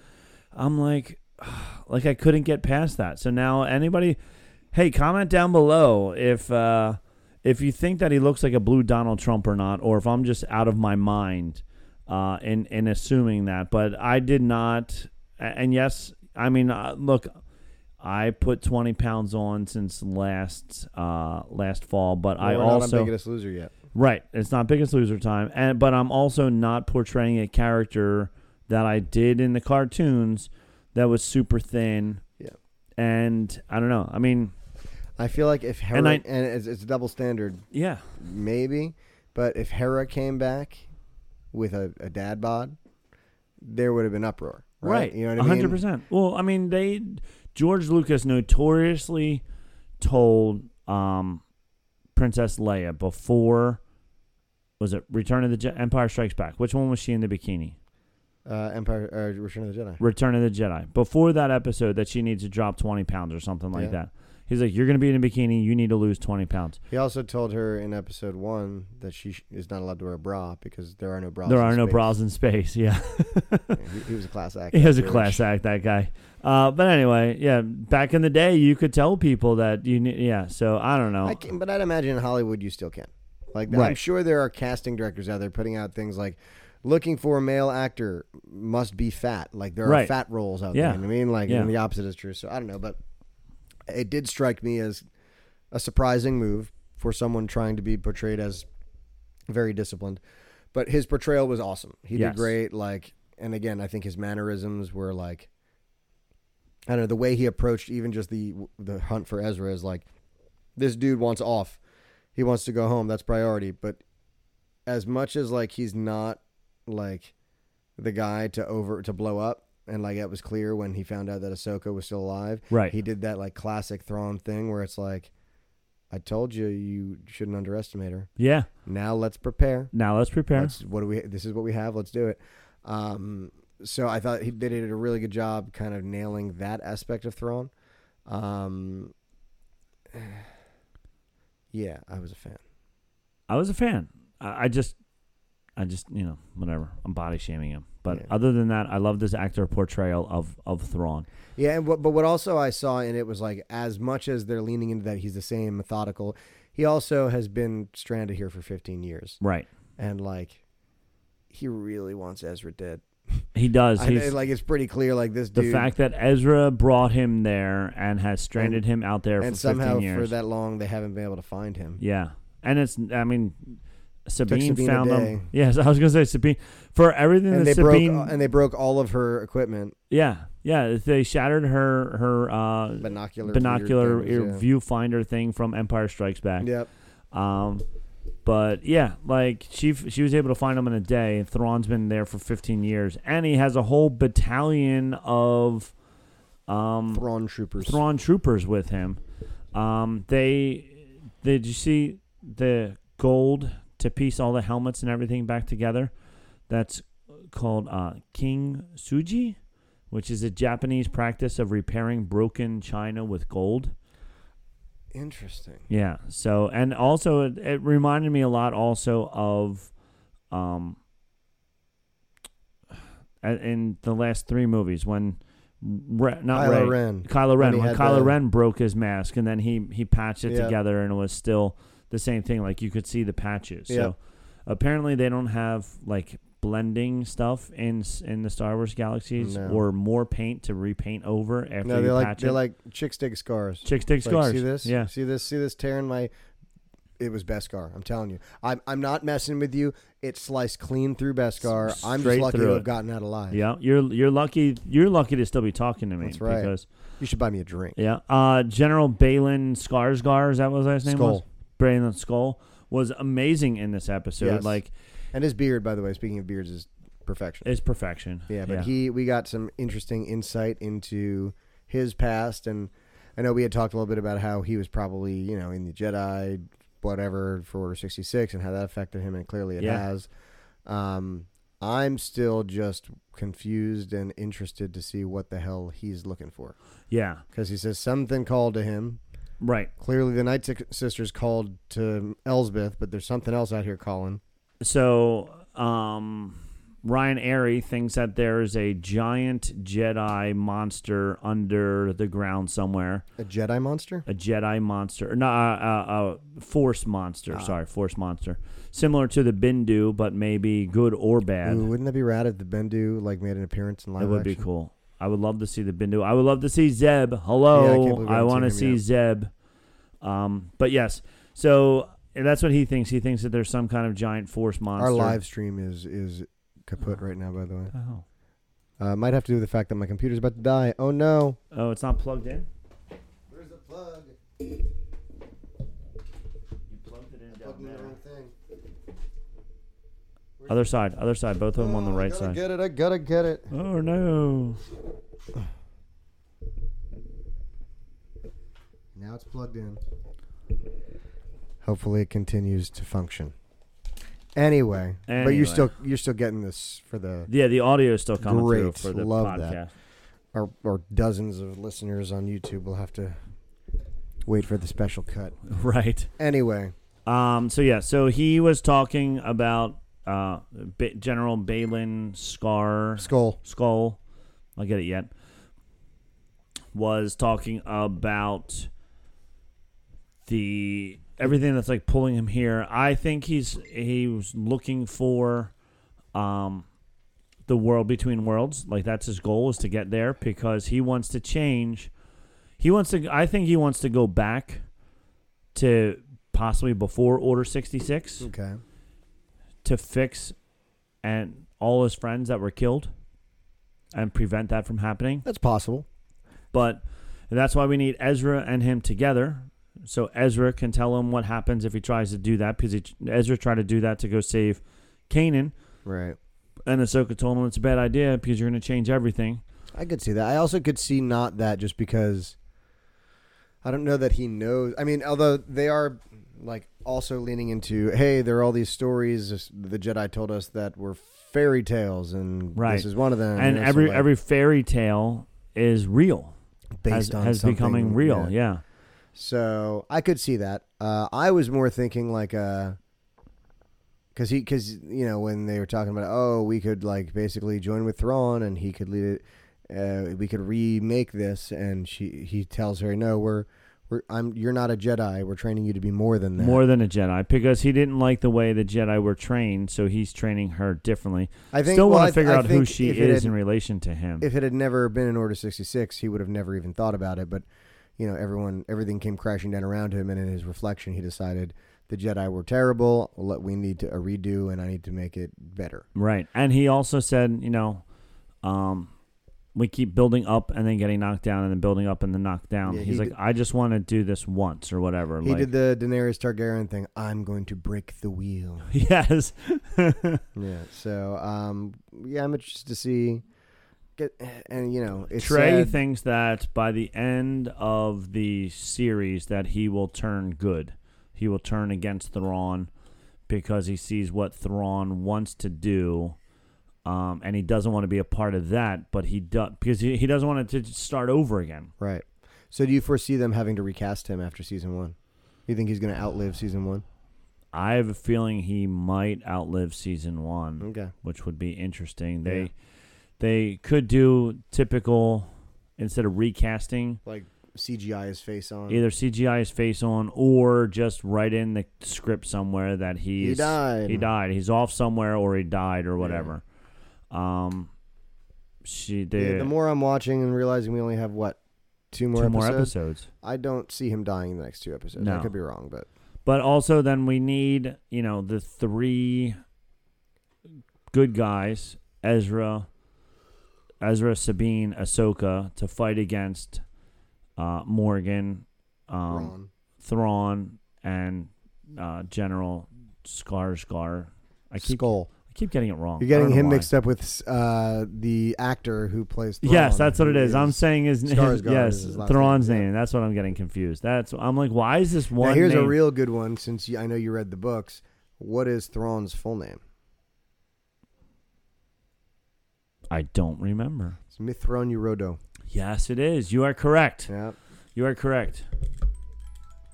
A: I'm like, like I couldn't get past that. So now, anybody, hey, comment down below if uh, if you think that he looks like a blue Donald Trump or not, or if I'm just out of my mind uh, in in assuming that. But I did not, a- and yes, I mean, uh, look. I put twenty pounds on since last uh, last fall, but I
D: We're not
A: also
D: on biggest loser yet
A: Right. It's not Biggest Loser time, and but I'm also not portraying a character that I did in the cartoons that was super thin.
D: Yeah.
A: And I don't know. I mean,
D: i feel like if hera
A: And
D: and,
A: I-
D: it's, it's a double standard
A: yeah,
D: maybe but if hera came back with a, a dad bod there would have been uproar right,
A: right.
D: you know what i
A: One
D: mean
A: hundred percent. Well, I mean, they George Lucas notoriously told um, Princess Leia before was it Return of the Je- Empire Strikes Back? Which one was she in the bikini?
D: uh, Empire uh, Return of the Jedi.
A: Return of the Jedi. Before that episode, that she needs to drop twenty pounds or something like
D: Yeah.
A: that. He's like, "You're going to be in a bikini. You need to lose twenty pounds.
D: He also told her in episode one that she sh- is not allowed to wear a bra because there are no bras.
A: there
D: in
A: are no
D: space.
A: bras in space." Yeah,
D: Yeah, he, he was a class act.
A: he has a
D: bitch.
A: class act. That guy. Uh, but anyway, yeah. Back in the day, you could tell people that you need. Yeah. So I don't know.
D: I can, but I'd imagine in Hollywood you still can. Like I'm
A: Right.
D: sure there are casting directors out there putting out things like, "Looking for a male actor must be fat." Like there are
A: Right.
D: fat roles out
A: Yeah.
D: there. You know what I mean, like
A: Yeah.
D: and the opposite is true. So I don't know, but it did strike me as a surprising move for someone trying to be portrayed as very disciplined. But his portrayal was awesome. He
A: Yes.
D: did great. Like, and again, I think his mannerisms were like, I don't know, the way he approached even just the the hunt for Ezra is like, this dude wants off. He wants to go home. That's priority. But as much as like he's not like the guy to over to blow up, and like that was clear when he found out that Ahsoka was still alive.
A: Right.
D: He did that like classic Thrawn thing where it's like, I told you you shouldn't underestimate her.
A: yeah.
D: Now let's prepare.
A: Now let's prepare.
D: Let's what do we? This is what we have. Let's do it. Um, so I thought he, they did a really good job, kind of nailing that aspect of Thrawn. Um, yeah, I was a fan.
A: I was a fan. I, I just, I just, you know, whatever. I'm body shaming him. But
D: Yeah.
A: other than that, I love this actor portrayal of of Thrawn.
D: Yeah, and what, but what also I saw in it was like as much as they're leaning into that he's the same methodical. He also has been stranded here for 15 years.
A: Right.
D: and like he really wants Ezra dead.
A: He does.
D: I,
A: He's,
D: like it's pretty clear. Like this
A: the
D: dude,
A: fact that Ezra brought him there and has stranded him out there
D: and
A: for
D: somehow
A: 15 years.
D: for that long they haven't been able to find him.
A: Yeah, and it's I mean, Sabine
D: Sabine a
A: found
D: day.
A: them. Yes, I was gonna say Sabine for everything
D: and
A: that
D: they
A: Sabine.
D: broke uh, and they broke all of her equipment,
A: yeah, yeah, they shattered her her uh,
D: binocular,
A: binocular
D: reader
A: ear-
D: things, yeah.
A: viewfinder thing from Empire Strikes Back.
D: Yep.
A: Um, but yeah, like she f- she was able to find him in a day. And Thrawn's been there for 15 years, and he has a whole battalion of um
D: Thrawn troopers.
A: Thrawn troopers with him. Um, they did you see the gold to piece all the helmets and everything back together? That's called uh, King Suji, which is a Japanese practice of repairing broken china with gold.
D: Interesting.
A: Yeah. So and also it, it reminded me a lot also of um a- in the last three movies when Re, not
D: Kylo
A: Rey-
D: Ren.
A: Kylo Ren
D: he
A: when
D: had
A: Kylo
D: the-
A: Ren broke his mask and then he he patched it
D: Yeah.
A: together and it was still the same thing like you could see the patches.
D: Yeah.
A: So apparently they don't have like blending stuff in s- in the Star Wars galaxies
D: No.
A: or more paint to repaint over after
D: No,
A: you
D: they're like
A: patch
D: they're
A: it.
D: like chick stick scars.
A: Chick stick
D: Like,
A: scars.
D: See this?
A: Yeah.
D: See this? See this tear in my. It was Beskar. I'm telling you. I'm I'm not messing with you. It sliced clean through Beskar.
A: S-
D: I'm
A: straight
D: just lucky
A: through
D: to
A: it.
D: have gotten out alive.
A: Yeah, you're you're lucky. You're lucky to still be talking to me.
D: That's right.
A: Because
D: You should buy me a drink.
A: yeah, uh, General Balin Skarsgård is that what his last name was?
D: Skull.
A: Balin Skull was amazing in this episode.
D: Yes.
A: Like
D: And his beard, by the way, speaking of beards, is perfection.
A: it's perfection.
D: yeah, but he we got some interesting insight into his past, and I know we had talked a little bit about how he was probably you know in the Jedi whatever for Order sixty six and how that affected him, and clearly it
A: Yeah.
D: has. Um, I'm still just confused and interested to see what the hell he's looking for
A: yeah,
D: because he says something called to him.
A: right.
D: Clearly, the Night Sic- Sisters called to Elsbeth, but there's something else out here calling.
A: So um, Ryan Airy thinks that there is a giant Jedi monster under the ground somewhere.
D: A Jedi monster?
A: a Jedi monster, or no, a, a, a Force
D: Ah.
A: monster. Sorry, Force monster, similar to the Bindu, but maybe good or bad.
D: Ooh, wouldn't that be rad if the Bendu like made an appearance in live
A: It would be
D: action?
A: cool. I would love to see the Bindu. I would love to see Zeb.
D: Yeah, I can't
A: Hello,
D: believe we
A: I
D: haven't
A: want to
D: seen
A: see
D: him
A: Zeb. Um, but yes, so and that's what he thinks. He thinks that there's some kind of giant Force monster.
D: Our live stream is is kaput right now. By the way,
A: Oh,
D: uh, might have to do with the fact that my computer's about to die. Oh no!
A: oh, it's not plugged in.
D: Where's the plug?
A: You plugged it in
D: thing.
A: Other side, other side. Both of them on
D: Oh,
A: the right side.
D: Get it! I gotta get it.
A: Oh no.
D: Now it's plugged in. Hopefully, it continues to function. Anyway, but
A: Anyway.
D: you're still you're still getting this for the
A: Yeah, the audio is still coming through
D: Great.
A: for the
D: Love
A: podcast.
D: that. our, our dozens of listeners on YouTube will have to wait for the special cut.
A: Right.
D: Anyway,
A: Um, so yeah, so he was talking about uh, B- General Balin Scar
D: skull.
A: Skull. I get it yet. Was talking about the everything that's like pulling him here. I think he's he was looking for um the world between worlds. Like that's his goal is to get there because he wants to change. He wants to I think he wants to go back to possibly before Order 66
D: Okay.
A: to fix and all his friends that were killed and prevent that from happening.
D: That's possible.
A: But that's why we need Ezra and him together. So Ezra can tell him what happens if he tries to do that because he, Ezra tried to do that to go save Kanan.
D: Right.
A: And Ahsoka told him it's a bad idea because you're going to change everything.
D: I could see that. I also could see not that just because I don't know that he knows. I mean, although they are like also leaning into, hey, there are all these stories this- the Jedi told us that were fairy tales, and
A: Right.
D: this is one of them.
A: And
D: you know, so,
A: every
D: like,
A: every fairy tale is real.
D: based
A: has,
D: on
A: has
D: something,
A: becoming real.
D: yeah.
A: yeah.
D: So I could see that. Uh, I was more thinking like a. Cause he, cause you know, when they were talking about, oh, we could like basically join with Thrawn, and he could lead it. Uh, we could remake this, and she, he tells her, no, we're We're, I'm, you're not a Jedi. We're training you to be more than that.
A: More than a Jedi, because he didn't like the way the Jedi were trained, so he's training her differently.
D: I think-
A: still
D: well,
A: want
D: I
A: to
D: th-
A: figure
D: I
A: out who
D: think
A: she
D: if it
A: is
D: had-
A: in relation to him.
D: if it had never been in Order 66, he would have never even thought about it. But, you know, everyone, everything came crashing down around him. And in his reflection, he decided the Jedi were terrible. Let- We need to a redo and I need to make it better.
A: Right. And he also said, you know, um, we keep building up and then getting knocked down and then building up and then knocked down.
D: Yeah,
A: He's
D: he
A: like,
D: did-
A: I just want to do this once or whatever.
D: He
A: like,
D: did the Daenerys Targaryen thing. I'm going to break the wheel.
A: yes.
D: yeah. So, um, yeah, I'm interested to see. Get, and, you know, it's
A: Trey
D: sad.
A: thinks that by the end of the series that he will turn good. He will turn against Thrawn because he sees what Thrawn wants to do. Um, and he doesn't want to be a part of that, but he does because he, he doesn't want it to start over again.
D: Right. So, do you foresee them having to recast him after season one? You think he's going to outlive season one?
A: I have a feeling he might outlive season one,
D: Okay.
A: which would be interesting. They
D: Yeah.
A: they could do typical instead of recasting,
D: Like CGI his face on.
A: either CGI his face on or just write in the script somewhere that he's
D: died.
A: He died. He's off somewhere or he died or whatever. Um, she they,
D: Yeah, the more I'm watching and realizing we only have what two more
A: two
D: episodes,
A: more episodes.
D: I don't see him dying in the next two episodes. I
A: No.
D: could be wrong, but
A: But also, then we need you know the three good guys: Ezra, Ezra, Sabine, Ahsoka, to fight against uh, Morgan, um,
D: Ron.
A: Thrawn, and uh, General Skarsgård. I keep
D: Skull.
A: I keep getting it wrong.
D: You're
A: I
D: getting
A: don't know
D: him
A: why.
D: mixed up with uh, the actor who plays. Thrawn,
A: Yes, that's what it
D: who
A: is. I'm saying his name.
D: Skarsgård
A: Yes,
D: is his last
A: Thrawn's
D: name,
A: name.
D: yeah.
A: That's what I'm getting confused. That's I'm like, why is this one?
D: Now, here's a
A: name?
D: real good one. Since you, I know you read the books, what is Thrawn's full name?
A: I don't remember.
D: It's Mithron Urodo.
A: Yes, it is. You are correct.
D: Yeah,
A: You are correct.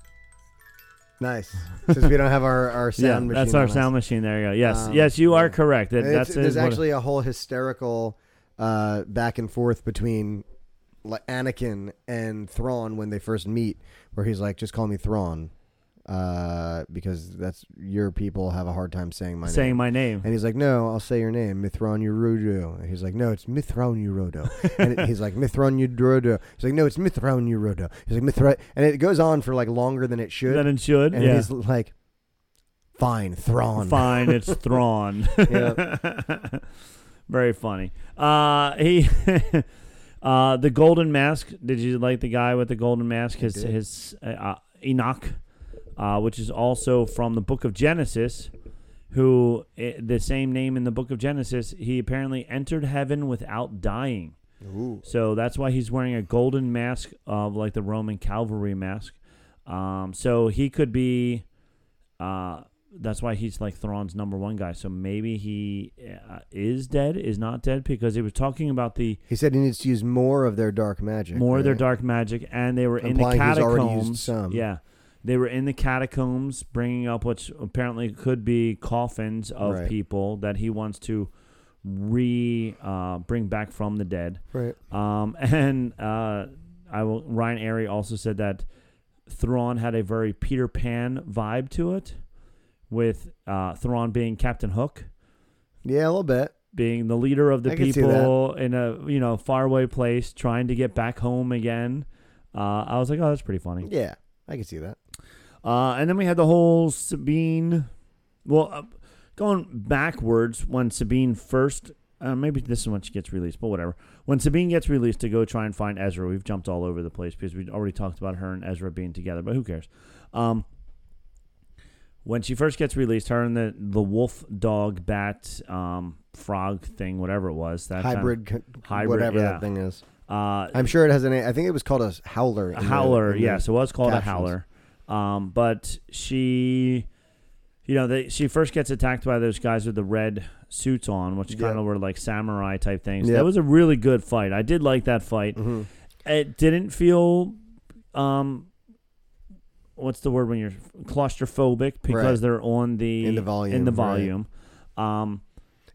D: nice. Since we don't have our our sound machine,
A: that's our
D: on us.
A: sound machine. There you go. Yes,
D: Um,
A: yes, you
D: yeah.
A: are correct. That,
D: It's-
A: that's it.
D: there's
A: What-
D: actually a whole hysterical uh, back and forth between like Anakin and Thrawn when they first meet, where he's like, "Just call me Thrawn," uh, because that's your people have a hard time saying my
A: saying
D: name.
A: my name.
D: and he's like, "No, I'll say your name, Mithron Urodo." And he's like, "No, it's Mithron Urodo." and it- he's like, "Mithron Urodo." He's like, "No, it's Mithron Urodo." He's like, "Mithron," and it goes on for like longer than it should.
A: then it should.
D: and
A: yeah.
D: he's like, "Fine, Thrawn."
A: Fine, it's Thrawn. Very funny. Uh, he, uh, the golden mask. Did you like the guy with the golden mask? His
D: did.
A: his uh, uh, Enoch, uh, which is also from the book of Genesis. Who i the same name in the book of Genesis? He apparently entered heaven without dying.
D: Ooh.
A: So that's why he's wearing a golden mask of like the Roman cavalry mask. Um, so he could be. Uh, that's why he's like Thrawn's number one guy. So maybe he uh, is dead, is not dead, because he was talking about the
D: He said he needs to use more of their dark magic.
A: more of their
D: right?
A: dark magic, and they were in the
D: Implying he's
A: catacombs.
D: already used some.
A: Yeah, they were in the catacombs, bringing up which apparently could be coffins of
D: Right.
A: people that he wants to re uh, bring back from the dead.
D: Right.
A: Um, and uh, I will. Ryan Airy also said that Thrawn had a very Peter Pan vibe to it, with uh, Thrawn being Captain Hook,
D: Yeah, a little bit.
A: being the leader of the
D: I can see
A: people in a you know faraway place, trying to get back home again. Uh, I was like, oh, that's pretty funny.
D: Yeah, I can see that.
A: Uh, and then we had the whole Sabine. Well, uh, going backwards when Sabine first. Uh, maybe this is when she gets released, but whatever. When Sabine gets released to go try and find Ezra, we've jumped all over the place because we already talked about her and Ezra being together, but who cares? Um, when she first gets released, her and the, the wolf, dog, bat, um, frog thing, whatever it was, that kind of-
D: hybrid, co-
A: hybrid,
D: whatever
A: yeah.
D: that thing is.
A: uh,
D: I'm sure it has a name. I think it was called a howler. in
A: a
D: the-
A: howler.
D: in the-
A: yes, it was called
D: captions.
A: a howler. Um, but she, you know, they, she first gets attacked by those guys with the red suits on, which kind
D: Yeah.
A: of were like samurai type things.
D: Yeah.
A: That was a really good fight. I did like that fight.
D: Mhm.
A: It didn't feel, um, what's the word when you're claustrophobic because
D: Right.
A: they're on the
D: In the volume,
A: in the
D: right.
A: volume. Um,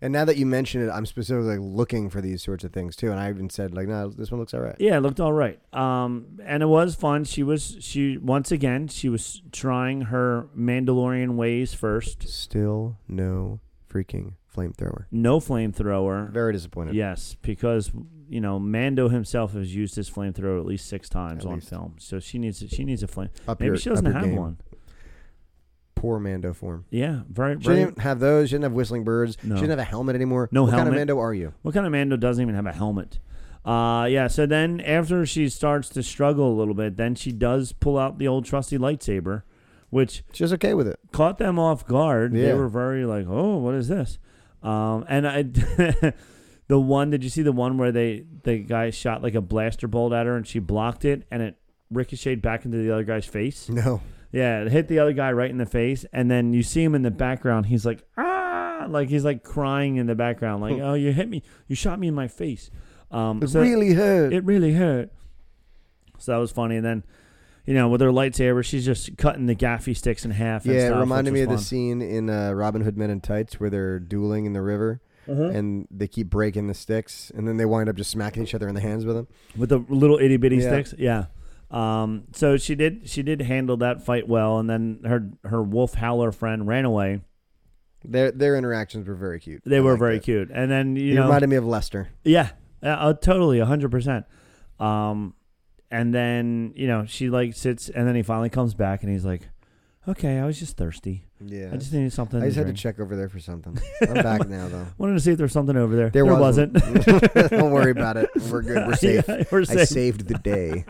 D: And now that you mention it, I'm specifically looking for these sorts of things too. And I even said like, no, this one looks all right.
A: Yeah, it looked all right. Um, and it was fun. She was she once again she was trying her Mandalorian ways first.
D: Still no freaking flamethrower.
A: No flamethrower.
D: Very disappointed.
A: Yes, because you know Mando himself has used his flamethrower at least six times
D: At
A: on
D: least.
A: film. So she needs she needs a flame.
D: Up
A: Maybe
D: your-
A: she doesn't
D: up your
A: have
D: game.
A: one.
D: Poor Mando form.
A: Yeah, very
D: She didn't
A: very.
D: even have those. She didn't have whistling birds.
A: No.
D: She didn't have a helmet anymore.
A: No
D: what kind of
A: helmet.
D: Mando are you?
A: What kind of Mando doesn't even have a helmet? Uh, yeah. So then after she starts to struggle a little bit, then she does pull out the old trusty lightsaber, which
D: She's okay with it.
A: caught them off guard. They
D: Yeah.
A: were very like, "Oh, what is this?" Um, and I, the one did you see the one where they the guy shot like a blaster bolt at her and she blocked it and it ricocheted back into the other guy's face.
D: No.
A: Yeah, it hit the other guy right in the face, and then you see him in the background. He's like, "Ah!" Like he's like crying in the background, like, "Oh, you hit me! You shot me in my face!" Um,
D: Hmm. It
A: so-
D: really hurt.
A: it really hurt. So that was funny. And then, you know, with her lightsaber, she's just cutting the gaffy sticks in half. and
D: yeah, it
A: stuff,
D: reminded me
A: which
D: of
A: was
D: the scene in uh, Robin Hood Men in Tights where they're dueling in the river and they keep breaking the sticks and then they wind up just smacking each other in the hands with them.
A: fun. with the little itty bitty
D: Yeah.
A: sticks. Yeah. Um. So she did. She did handle that fight well, and then her her wolf howler friend ran away.
D: Their their interactions were very cute.
A: They
D: I
A: were
D: liked
A: very
D: it.
A: cute, and then you
D: It
A: know,
D: reminded me of Lester.
A: Yeah, uh, uh, totally, hundred percent. Um, and then you know she like sits, and then he finally comes back, and he's like, "Okay, I was just thirsty.
D: Yeah.
A: I just needed something.
D: I just
A: to
D: had to
A: drink.
D: check over there for something. I'm back now though.
A: Wanted to see if there was something over there.
D: There
A: wasn't.
D: wasn't. Don't worry about it. We're good. We're safe.
A: Yeah, we're
D: I
A: safe.
D: saved the day.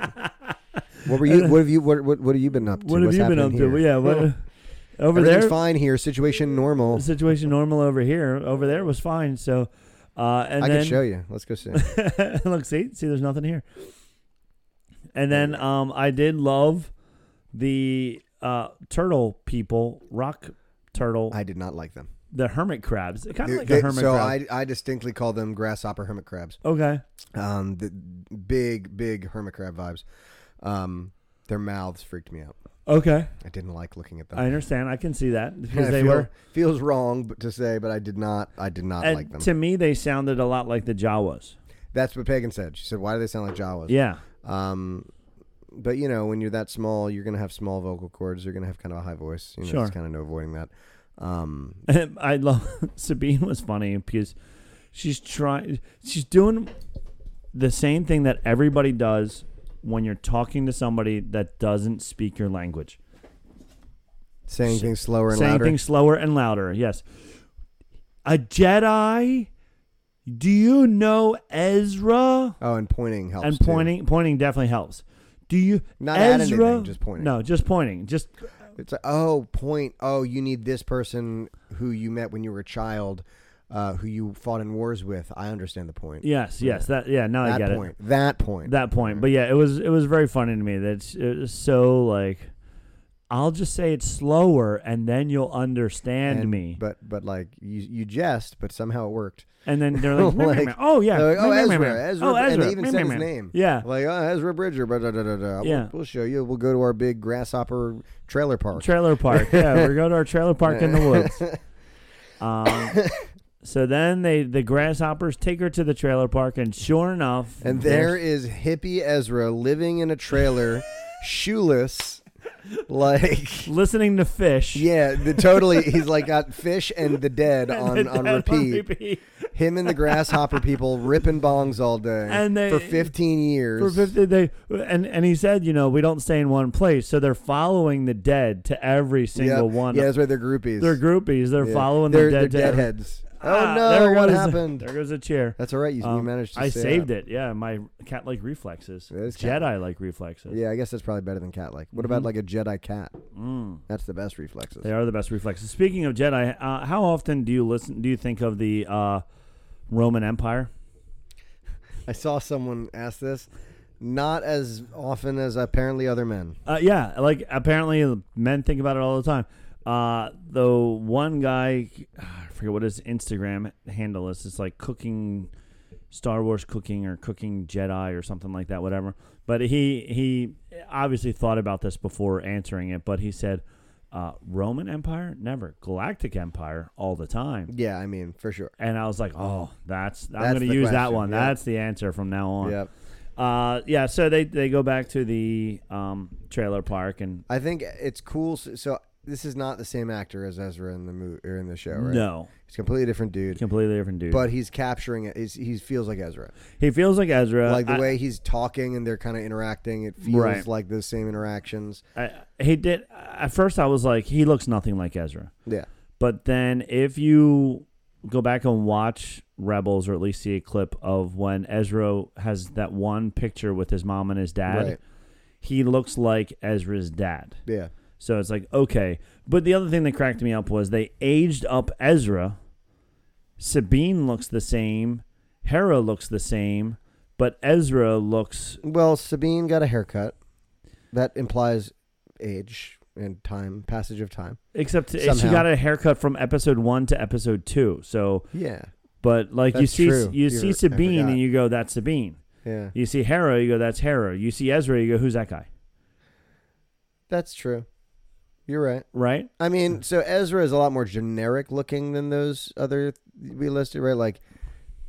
D: what were you? What have you? What what, what have you been up to?
A: What have
D: What's
A: you been up
D: happening
A: to?
D: here?
A: Yeah, what, over
D: Everything's
A: there,
D: fine here. Situation normal.
A: the situation normal over here. Over there was fine. So, uh, and
D: I
A: then
D: can show you. Let's go see.
A: look, see, see, there's nothing here. And then um, I did love the uh, turtle people, rock turtle,
D: I did not like them.
A: the hermit crabs. They're Kind
D: They-
A: of like
D: they-
A: a hermit
D: so
A: crab.
D: I I distinctly call them grasshopper hermit crabs.
A: okay,
D: Um, the big big hermit crab vibes. Um, their mouths freaked me out.
A: okay,
D: I didn't like looking at them.
A: I understand. I can see that
D: And
A: because
D: I
A: they
D: feel-
A: were.
D: feels wrong but to say, but I did not. I did not
A: and
D: like them.
A: to me, they sounded a lot like the Jawas.
D: That's what Pagan said. She said, "Why do they sound like Jawas?"
A: Yeah,
D: Um, but you know, when you're that small, you're gonna have small vocal cords. You're gonna have kind of a high voice. You know,
A: Sure.
D: It's kind of no avoiding that. Um,
A: I love Sabine was funny because she's trying. She's doing the same thing that everybody does when you're talking to somebody that doesn't speak your language.
D: saying things slower and
A: saying
D: louder.
A: things slower and louder. Yes. A Jedi. Do you know Ezra?
D: oh, and pointing helps.
A: and
D: too.
A: pointing, pointing definitely helps. Do you
D: Not add
A: Ezra?
D: anything, just pointing.
A: No, just pointing. Just
D: It's like, oh, point. Oh, you need this person who you met when you were a child, uh, who you fought in wars with. I understand the point.
A: yes, yes. That yeah. Now I
D: that
A: get
D: point. That point.
A: it. That
D: Mm-hmm.
A: point. But yeah, it was it was very funny to me. That's it was so like. I'll just say it slower, and then you'll understand
D: And-
A: me.
D: But but like you you jest, but somehow it worked.
A: and then they're like, "Meh, meh, meh." "Oh yeah,
D: they're like, oh
A: meh, meh,
D: Ezra,
A: meh, meh.
D: Ezra,
A: oh
D: and
A: Ezra,"
D: they even
A: meh,
D: said
A: meh, meh.
D: his name.
A: Yeah,
D: like oh Ezra Bridger. Blah, blah, blah, blah,
A: Yeah.
D: blah. We'll, we'll show you. We'll go to our big grasshopper trailer park.
A: Trailer park. Yeah, we're going to our trailer park in the woods. Um, so then they the grasshoppers take her to the trailer park, and sure enough,
D: and there is hippie Ezra living in a trailer, shoeless, like.
A: listening to fish.
D: Yeah, the totally. He's like got fish and the dead on,
A: and
D: on
A: then
D: repeat.
A: repeat.
D: Him and the grasshopper people ripping bongs all day
A: And they-
D: for fifteen years.
A: For 50, they and and he said, you know, we don't stay in one place, so they're following the dead to every
D: yeah,
A: single one.
D: Yeah, that's right. They're groupies.
A: they're groupies. They're
D: Yeah.
A: following
D: They're,
A: the
D: they're
A: dead. to every-
D: deadheads.
A: Ah,
D: oh
A: there
D: no! What
A: goes a-
D: happened?
A: there goes a chair.
D: That's all right. You, you
A: Um,
D: managed to.
A: I
D: say
A: saved
D: that.
A: it. Yeah, my cat like reflexes.
D: That is cat-like.
A: Jedi like reflexes.
D: Yeah, I guess that's probably better than cat like. What
A: Mm-hmm.
D: about like a Jedi cat?
A: Mm.
D: That's the best reflexes.
A: They are the best reflexes. Speaking of Jedi, uh, how often do you listen? Do you think of the uh, Roman Empire?
D: I saw someone ask this, not as often as apparently other men.
A: Uh, yeah, like apparently men think about it all the time. Uh, though one guy, ah, I forget what his Instagram handle is. It's like cooking Star Wars cooking or cooking Jedi or something like that. Whatever. But he he obviously thought about this before answering it. But he said uh, Roman Empire, never. Galactic Empire, all the time.
D: Yeah, I mean, for sure.
A: And I was like, oh, that's, I'm
D: That's
A: going to
D: the
A: use that
D: question,
A: one.
D: yeah.
A: That's the answer from now on.
D: Yep.
A: Uh, yeah. So they, they go back to the um, trailer park and
D: I think it's cool. So, so this is not the same actor as Ezra in the movie or in the show, right?
A: no,
D: he's a completely different dude.
A: completely different dude.
D: But he's capturing it. He's, he feels like Ezra,
A: he feels like Ezra.
D: like the
A: Uh, I-
D: way he's talking and they're kind of interacting. It feels
A: Right.
D: like those same interactions.
A: I, he did. At first, I was like, he looks nothing like Ezra.
D: Yeah,
A: But then, if you go back and watch Rebels, or at least see a clip of when Ezra has that one picture with his mom and his dad,
D: Right.
A: he looks like Ezra's dad.
D: yeah,
A: So it's like, okay. But the other thing that cracked me up was they aged up Ezra. Sabine looks the same. Hera looks the same. But Ezra looks
D: Well, Sabine got a haircut. That implies age and time, passage of time.
A: Except she
D: Somehow.
A: got a haircut from episode one to episode two. So,
D: Yeah,
A: but like you
D: That's
A: see,
D: true.
A: you
D: You're-
A: see
D: I
A: Sabine
D: forgot.
A: and you go, that's Sabine.
D: yeah,
A: You see Hera, you go, that's Hera. You see Ezra, you go, who's that guy?
D: that's true. You're right.
A: Right?
D: I mean, so Ezra is a lot more generic looking than those other th- we listed, right? Like,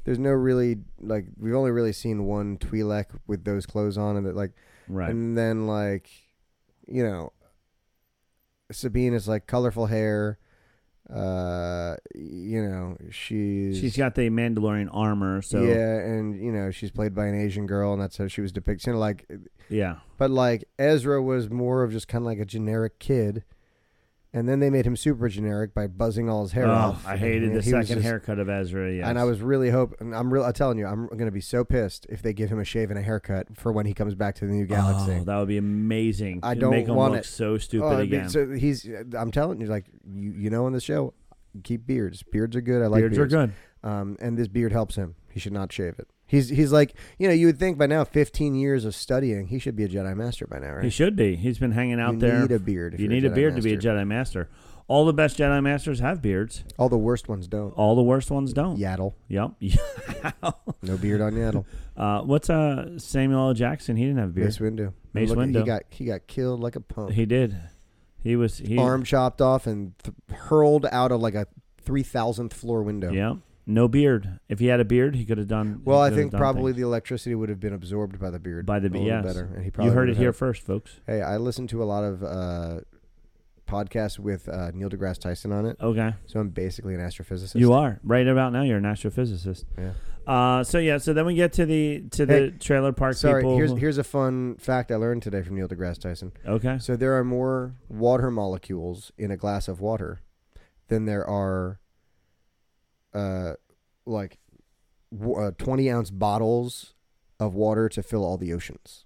D: there's no really like we've only really seen one Twi'lek with those clothes on, and that like,
A: Right.
D: and then like, you know, Sabine is like colorful hair. Uh, you know, she's
A: She's got the Mandalorian armor. So yeah,
D: yeah, and you know she's played by an Asian girl, and that's how she was depicted. You know, like, but like Ezra was more of just kind of like a generic kid, and then they made him super generic by buzzing all his hair
A: Oh,
D: off.
A: I hated
D: And
A: the
D: he was
A: second
D: just-
A: haircut of Ezra. Yes.
D: And I was really hoping. I'm real. I'm telling you, I'm gonna be so pissed if they give him a shave and a haircut for when he comes back to the new galaxy.
A: Oh, that would be amazing.
D: I
A: To
D: don't
A: make him
D: want
A: look
D: it.
A: so stupid
D: Oh, I mean,
A: again.
D: so he's. I'm telling you, like you, you know, on the show, keep beards. Beards are good. I like
A: Beards are good.
D: um, and this beard helps him. He should not shave it. He's he's like you know you would think by now, fifteen years of studying, he should be a Jedi Master by now, right?
A: He should be. He's been hanging out
D: You
A: there.
D: need a beard if
A: You
D: you're a
A: need a
D: Jedi
A: beard to be a
D: master.
A: Jedi master. All the best Jedi masters have beards.
D: All the worst ones don't.
A: All the worst ones don't.
D: Yaddle,
A: Yep.
D: no beard on Yaddle.
A: uh, what's uh Samuel L. Jackson? He didn't have a beard.
D: Mace Windu.
A: Mace
D: Look,
A: Windu.
D: He got he got killed like a punk.
A: He did. He was he
D: Arm chopped off and th- hurled out of like a three thousandth floor window.
A: Yeah. No beard. If he had a beard, he could have done.
D: Well,
A: he
D: I
A: could have
D: think
A: done
D: probably
A: things.
D: the electricity would have been absorbed by the beard.
A: by the
D: a little
A: yes.
D: better, and he probably
A: you heard
D: would
A: it
D: have
A: here
D: had-
A: first, folks.
D: Hey, I listened to a lot of uh, podcasts with uh, Neil deGrasse Tyson on it,
A: Okay,
D: so I'm basically an astrophysicist.
A: you are right about now. You're an astrophysicist.
D: Yeah.
A: Uh, so yeah, so then we get to the to the
D: Hey,
A: trailer park
D: Sorry,
A: people.
D: here's
A: who-
D: here's a fun fact I learned today from Neil deGrasse Tyson.
A: okay.
D: So there are more water molecules in a glass of water than there are, uh, like, w- uh, twenty ounce bottles of water to fill all the oceans.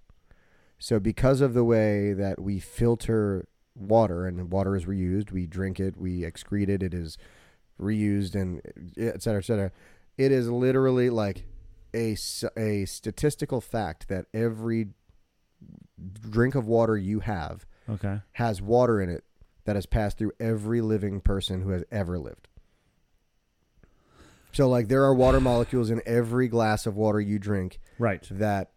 D: So because of the way that we filter water and water is reused, we drink it, we excrete it, it is reused, and uh, et cetera, et cetera. It is literally like a s- a statistical fact that every drink of water you have
A: Okay.
D: has water in it that has passed through every living person who has ever lived. So like there are water molecules in every glass of water you drink
A: Right.
D: that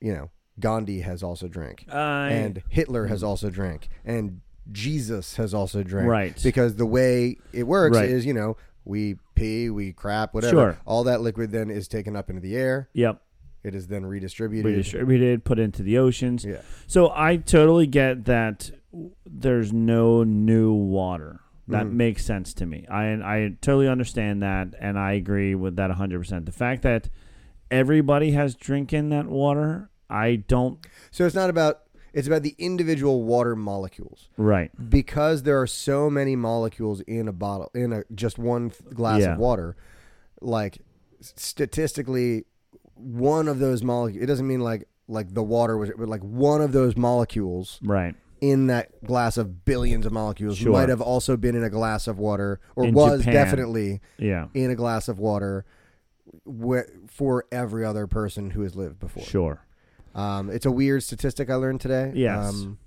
D: you know Gandhi has also drank
A: I,
D: and Hitler has also drank and Jesus has also drank.
A: Right.
D: Because the way it works
A: Right.
D: is, you know, we pee, we crap, whatever.
A: Sure.
D: All that liquid then is taken up into the air.
A: yep.
D: It is then redistributed.
A: Redistributed, put into the oceans.
D: Yeah.
A: So I totally get that w- there's no new water. That
D: Mm.
A: makes sense to me. I I totally understand that, and I agree with that 100. percent The fact that everybody has drinking that water, I don't.
D: So it's not about it's about the individual water molecules.
A: Right.
D: Because there are so many molecules in a bottle in a just one th- glass
A: Yeah.
D: of water, like s- statistically one of those molecules it doesn't mean like like the water was but like one of those molecules
A: Right.
D: in that glass of billions of molecules
A: Sure.
D: might have also been in a glass of water or
A: In
D: was
A: Japan.
D: definitely
A: Yeah.
D: in a glass of water wh- for every other person who has lived before.
A: Sure.
D: Um, it's a weird statistic I learned today.
A: Yes.
D: Um,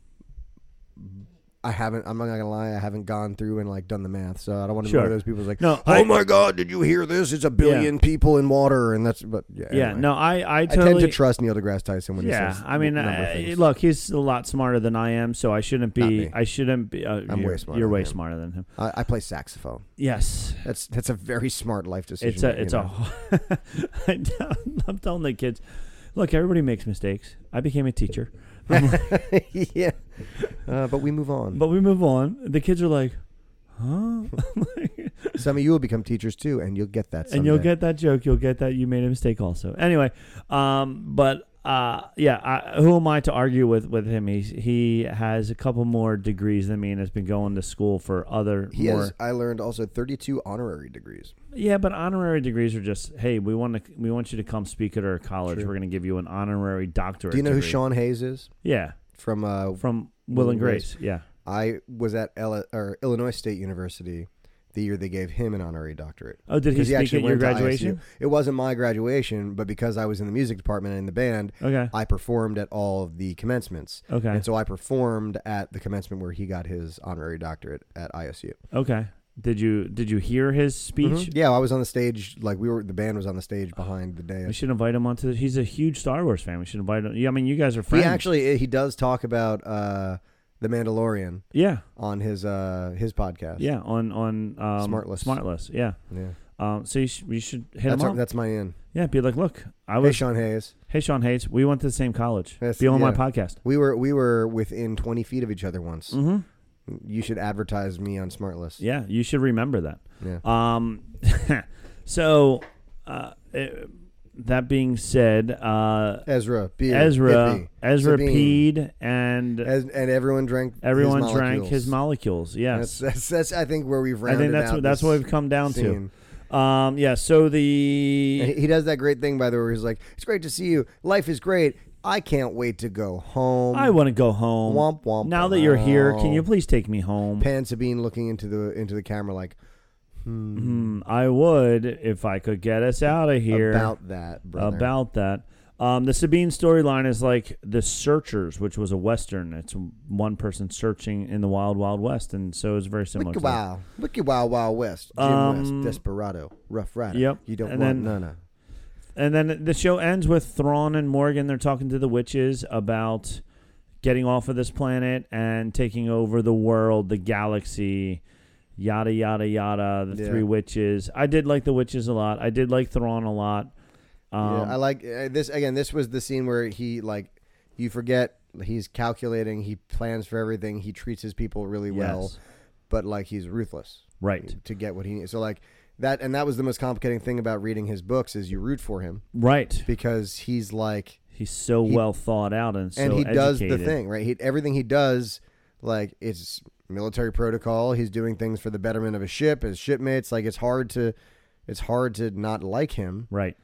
D: I haven't. I'm not gonna lie. I haven't gone through and like done the math, so I don't want to be one
A: Sure.
D: of those people who's like,
A: No,
D: oh
A: I-
D: my god, did you hear this? It's a billion people in water, and that's but yeah.
A: Yeah,
D: anyway.
A: no, I I
D: I
A: totally
D: tend to trust Neil deGrasse Tyson when he
A: Yeah,
D: says.
A: I mean,
D: n- number
A: uh,
D: things.
A: look, he's a lot smarter than I am, so I shouldn't
D: Not
A: be.
D: me.
A: I shouldn't be. Uh,
D: I'm
A: you're,
D: way smarter
A: You're
D: than
A: way
D: him.
A: smarter than him.
D: I, I play saxophone.
A: Yes,
D: That's that's a very smart life decision.
A: it's a
D: making,
A: it's
D: you
A: a.
D: know.
A: I tell- I'm telling the kids, look, everybody makes mistakes. I became a teacher, I'm like-
D: yeah, uh, but we move on.
A: but we move on. The kids are like, huh, I'm like,
D: Some of you will become teachers too, and you'll get that. Someday.
A: and you'll get that joke. You'll get that you made a mistake also. Anyway, um, but. Uh, yeah. I, who am I to argue with with him? He's, he has a couple more degrees than me, and has been going to school for other
D: He
A: more
D: has. I learned also 32 honorary degrees.
A: Yeah, but honorary degrees are just hey, we want to we want you to come speak at our college.
D: True.
A: We're going to give you an honorary doctorate.
D: Do you know who
A: degree.
D: Sean Hayes is
A: Yeah,
D: from uh,
A: from Will,
D: Will
A: and
D: and
A: Grace. Yeah,
D: I was at L- or Illinois State University the year they gave him an honorary doctorate.
A: Oh, did he
D: 'Cause
A: speak
D: actually
A: at your
D: went to ISU.
A: graduation?
D: It wasn't my graduation, but because I was in the music department and in the band,
A: Okay.
D: I performed at all of the commencements.
A: Okay.
D: And so I performed at the commencement where he got his honorary doctorate at ISU.
A: okay. Did you did you hear his speech?
D: Mm-hmm. Yeah, I was on the stage like we were the band was on the stage behind the day.
A: We
D: of-
A: should invite him onto. The, he's a huge Star Wars fan. We should invite him. Yeah, I mean, you guys are
D: He
A: friends.
D: actually eh, he does talk about uh the Mandalorian
A: yeah,
D: on his uh his podcast.
A: yeah. On on um,
D: Smartless.
A: Smartless. Yeah.
D: Yeah.
A: Um. So you, sh- you should hit
D: That's
A: him
D: our,
A: up.
D: that's my in.
A: yeah. Be like, look, I
D: Hey
A: was.
D: Sean Hayes.
A: Hey, Sean Hayes. We went to the same college.
D: That's-
A: be on my
D: yeah.
A: podcast.
D: We were we were within twenty feet of each other once.
A: Mm-hmm.
D: You should advertise me on Smartlist.
A: Yeah, you should remember that.
D: Yeah.
A: Um, so, uh, it- that being said, uh,
D: Ezra, beer,
A: Ezra,
D: hippie,
A: Ezra
D: Sabine.
A: Peed, and
D: Ez- and everyone drank. his
A: everyone drank his
D: molecules.
A: molecules. Yes,
D: That's, that's that's I think where we've
A: I
D: rounded
A: think that's
D: out
A: what that's
D: this
A: what we've come down
D: scene.
A: to. Um, yeah. So
D: And
A: the
D: he- he does that great thing by the way. Where he's like, "It's great to see you. Life is great. I can't wait to go home."
A: I want to go home.
D: Womp, womp,
A: now that you're here, can
D: womp.
A: you please take me home?
D: Pan Sabine looking into the into the camera like
A: Hmm, I would if I could get us out of here.
D: about that, brother.
A: about that. Um, the Sabine storyline is like the Searchers, which was a western. It's one person searching in the wild, wild west, and so it's very similar.
D: Wicked
A: To that.
D: Wild, Wicked Wild Wild West, Jim
A: Um,
D: West, Desperado, Rough Rider.
A: yep.
D: You don't
A: And then-
D: want none of.
A: And then the show ends with Thrawn and Morgan. They're talking to the witches about getting off of this planet and taking over the world, the galaxy, yada yada yada. The
D: Yeah.
A: three witches. I did like the witches a lot. I did like Thrawn a lot. Um,
D: yeah, I like uh, this again. This was the scene where he like you forget he's calculating, he plans for everything, he treats his people really well,
A: Yes.
D: but like he's ruthless
A: right,
D: to get what he needs. So like that, and that was the most complicating thing about reading his books is you root for him
A: right.
D: because he's like,
A: He's so
D: He-
A: well thought out and so
D: and he does the
A: educated.
D: thing right. He everything he does like it's military protocol. He's doing things for the betterment of his ship, his shipmates. Like it's hard to, it's hard to not like him.
A: Right.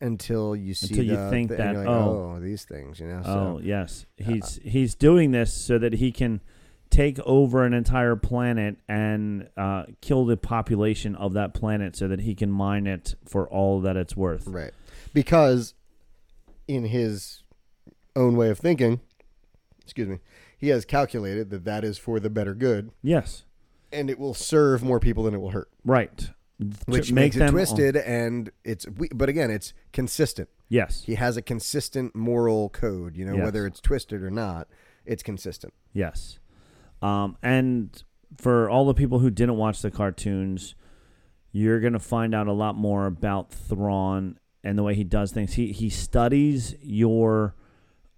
D: until you see
A: Until you
D: the
A: think
D: thing, and
A: that,
D: you're like,
A: oh.
D: oh, these things you know
A: Oh
D: so
A: yes, he's he's doing this so that he can take over an entire planet and uh, kill the population of that planet, so that he can mine it for all that it's worth.
D: right because in his own way of thinking excuse me he has calculated that that is for the better good
A: Yes,
D: and it will serve more people than it will hurt
A: right.
D: which
A: To make
D: makes it
A: them-
D: twisted and it's we- but again it's consistent
A: Yes,
D: he has a consistent moral code you know
A: Yes.
D: whether it's twisted or not it's consistent
A: yes. Um, and for all the people who didn't watch the cartoons, you're gonna find out a lot more about Thrawn and the way he does things. He he studies your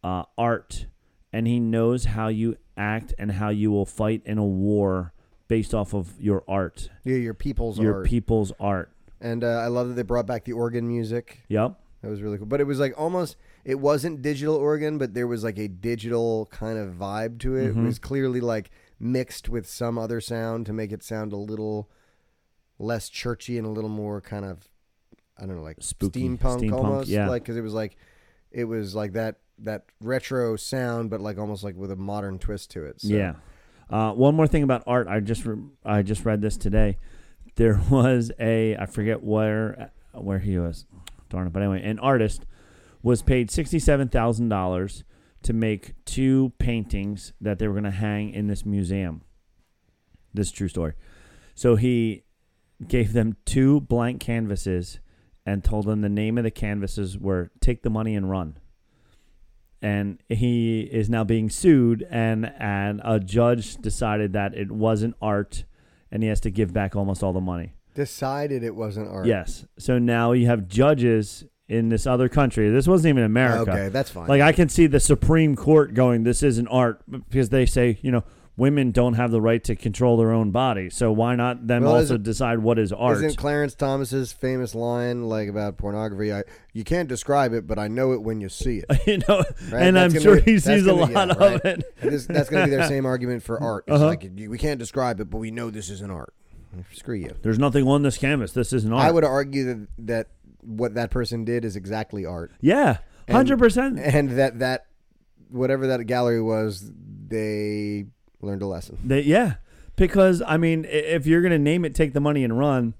A: uh, art, and he knows how you act and how you will fight in a war based off of your art,
D: yeah your people's
A: your
D: are
A: people's art.
D: and uh, i love that they brought back the organ music
A: Yep.
D: That was really cool. But it was like almost it wasn't digital organ, but there was like a digital kind of vibe to it.
A: Mm-hmm.
D: It was clearly like mixed with some other sound to make it sound a little less churchy and a little more kind of I don't know, like
A: Spooky.
D: steampunk,
A: Steampunk,
D: almost.
A: yeah.
D: Like because it was like it was like that that retro sound, but like almost like with a modern twist to it. So.
A: Yeah. Uh, one more thing about art. I just re- I just read this today. There was a I forget where where he was. Darn it. But anyway, an artist was paid sixty seven thousand dollars to make two paintings that they were going to hang in this museum. This is a true story. So he gave them two blank canvases and told them the name of the canvases were "Take the Money and Run." And he is now being sued, and and a judge decided that it wasn't art, and he has to give back almost all the money.
D: Decided it wasn't art.
A: Yes. So now you have judges in this other country. This wasn't even America.
D: Okay, that's fine.
A: Like I can see the Supreme Court going, this isn't art because they say, you know, women don't have the right to control their own body. So why not them
D: Well,
A: also
D: isn't-
A: decide what is art?
D: Isn't Clarence Thomas's famous line like about pornography? I, you can't describe it, but I know it when you see it.
A: you know,
D: Right?
A: and I'm
D: That's gonna
A: sure
D: be-
A: he
D: that's
A: sees a
D: gonna
A: lot
D: be-
A: of
D: yeah, right.
A: it.
D: And this- that's going to be their same argument for art. It's
A: Uh-huh.
D: like you- we can't describe it, but we know this isn't art. Screw you.
A: There's nothing on this canvas. This isn't art.
D: I would argue that that what that person did is exactly art,
A: yeah, hundred percent.
D: and that that whatever that gallery was, they learned a lesson.
A: They, yeah, because I mean, i- if you're gonna name it, take the money and run.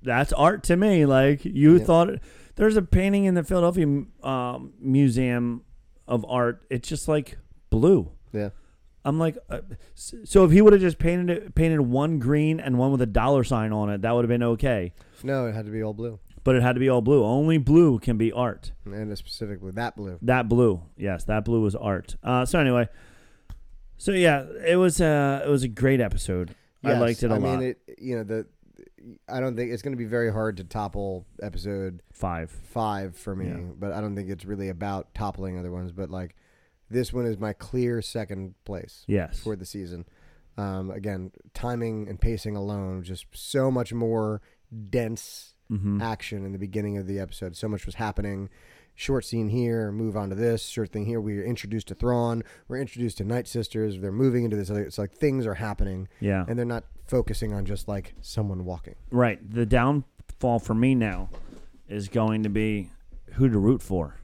A: That's art to me. Like you thought, there's a painting in the Philadelphia um, Museum of Art. It's just like blue.
D: Yeah.
A: I'm like, uh, s- so if he would have just painted it, painted one green and one with a dollar sign on it, that would have been okay.
D: No, it had to be all blue,
A: But it had to be all blue. Only blue can be art.
D: and specifically that blue.
A: That blue, yes, that blue was art. Uh, so anyway, so yeah, it was uh, it was a great episode. I
D: Yes,
A: liked it a
D: I
A: lot.
D: mean, it you know the. I don't think it's going to be very hard to topple episode
A: Five.
D: five for me,
A: Yeah.
D: but I don't think it's really about toppling other ones. But like, this one is my clear second place
A: Yes.
D: for the season. Um, again, timing and pacing alone, just so much more dense
A: Mm-hmm.
D: action in the beginning of the episode. So much was happening. Short scene here, move on to this. Short thing here. We are introduced to Thrawn. We're introduced to Night Sisters. They're moving into this other. It's like things are happening.
A: Yeah.
D: And they're not focusing on just like someone walking.
A: Right. The downfall for me now is going to be who to root for.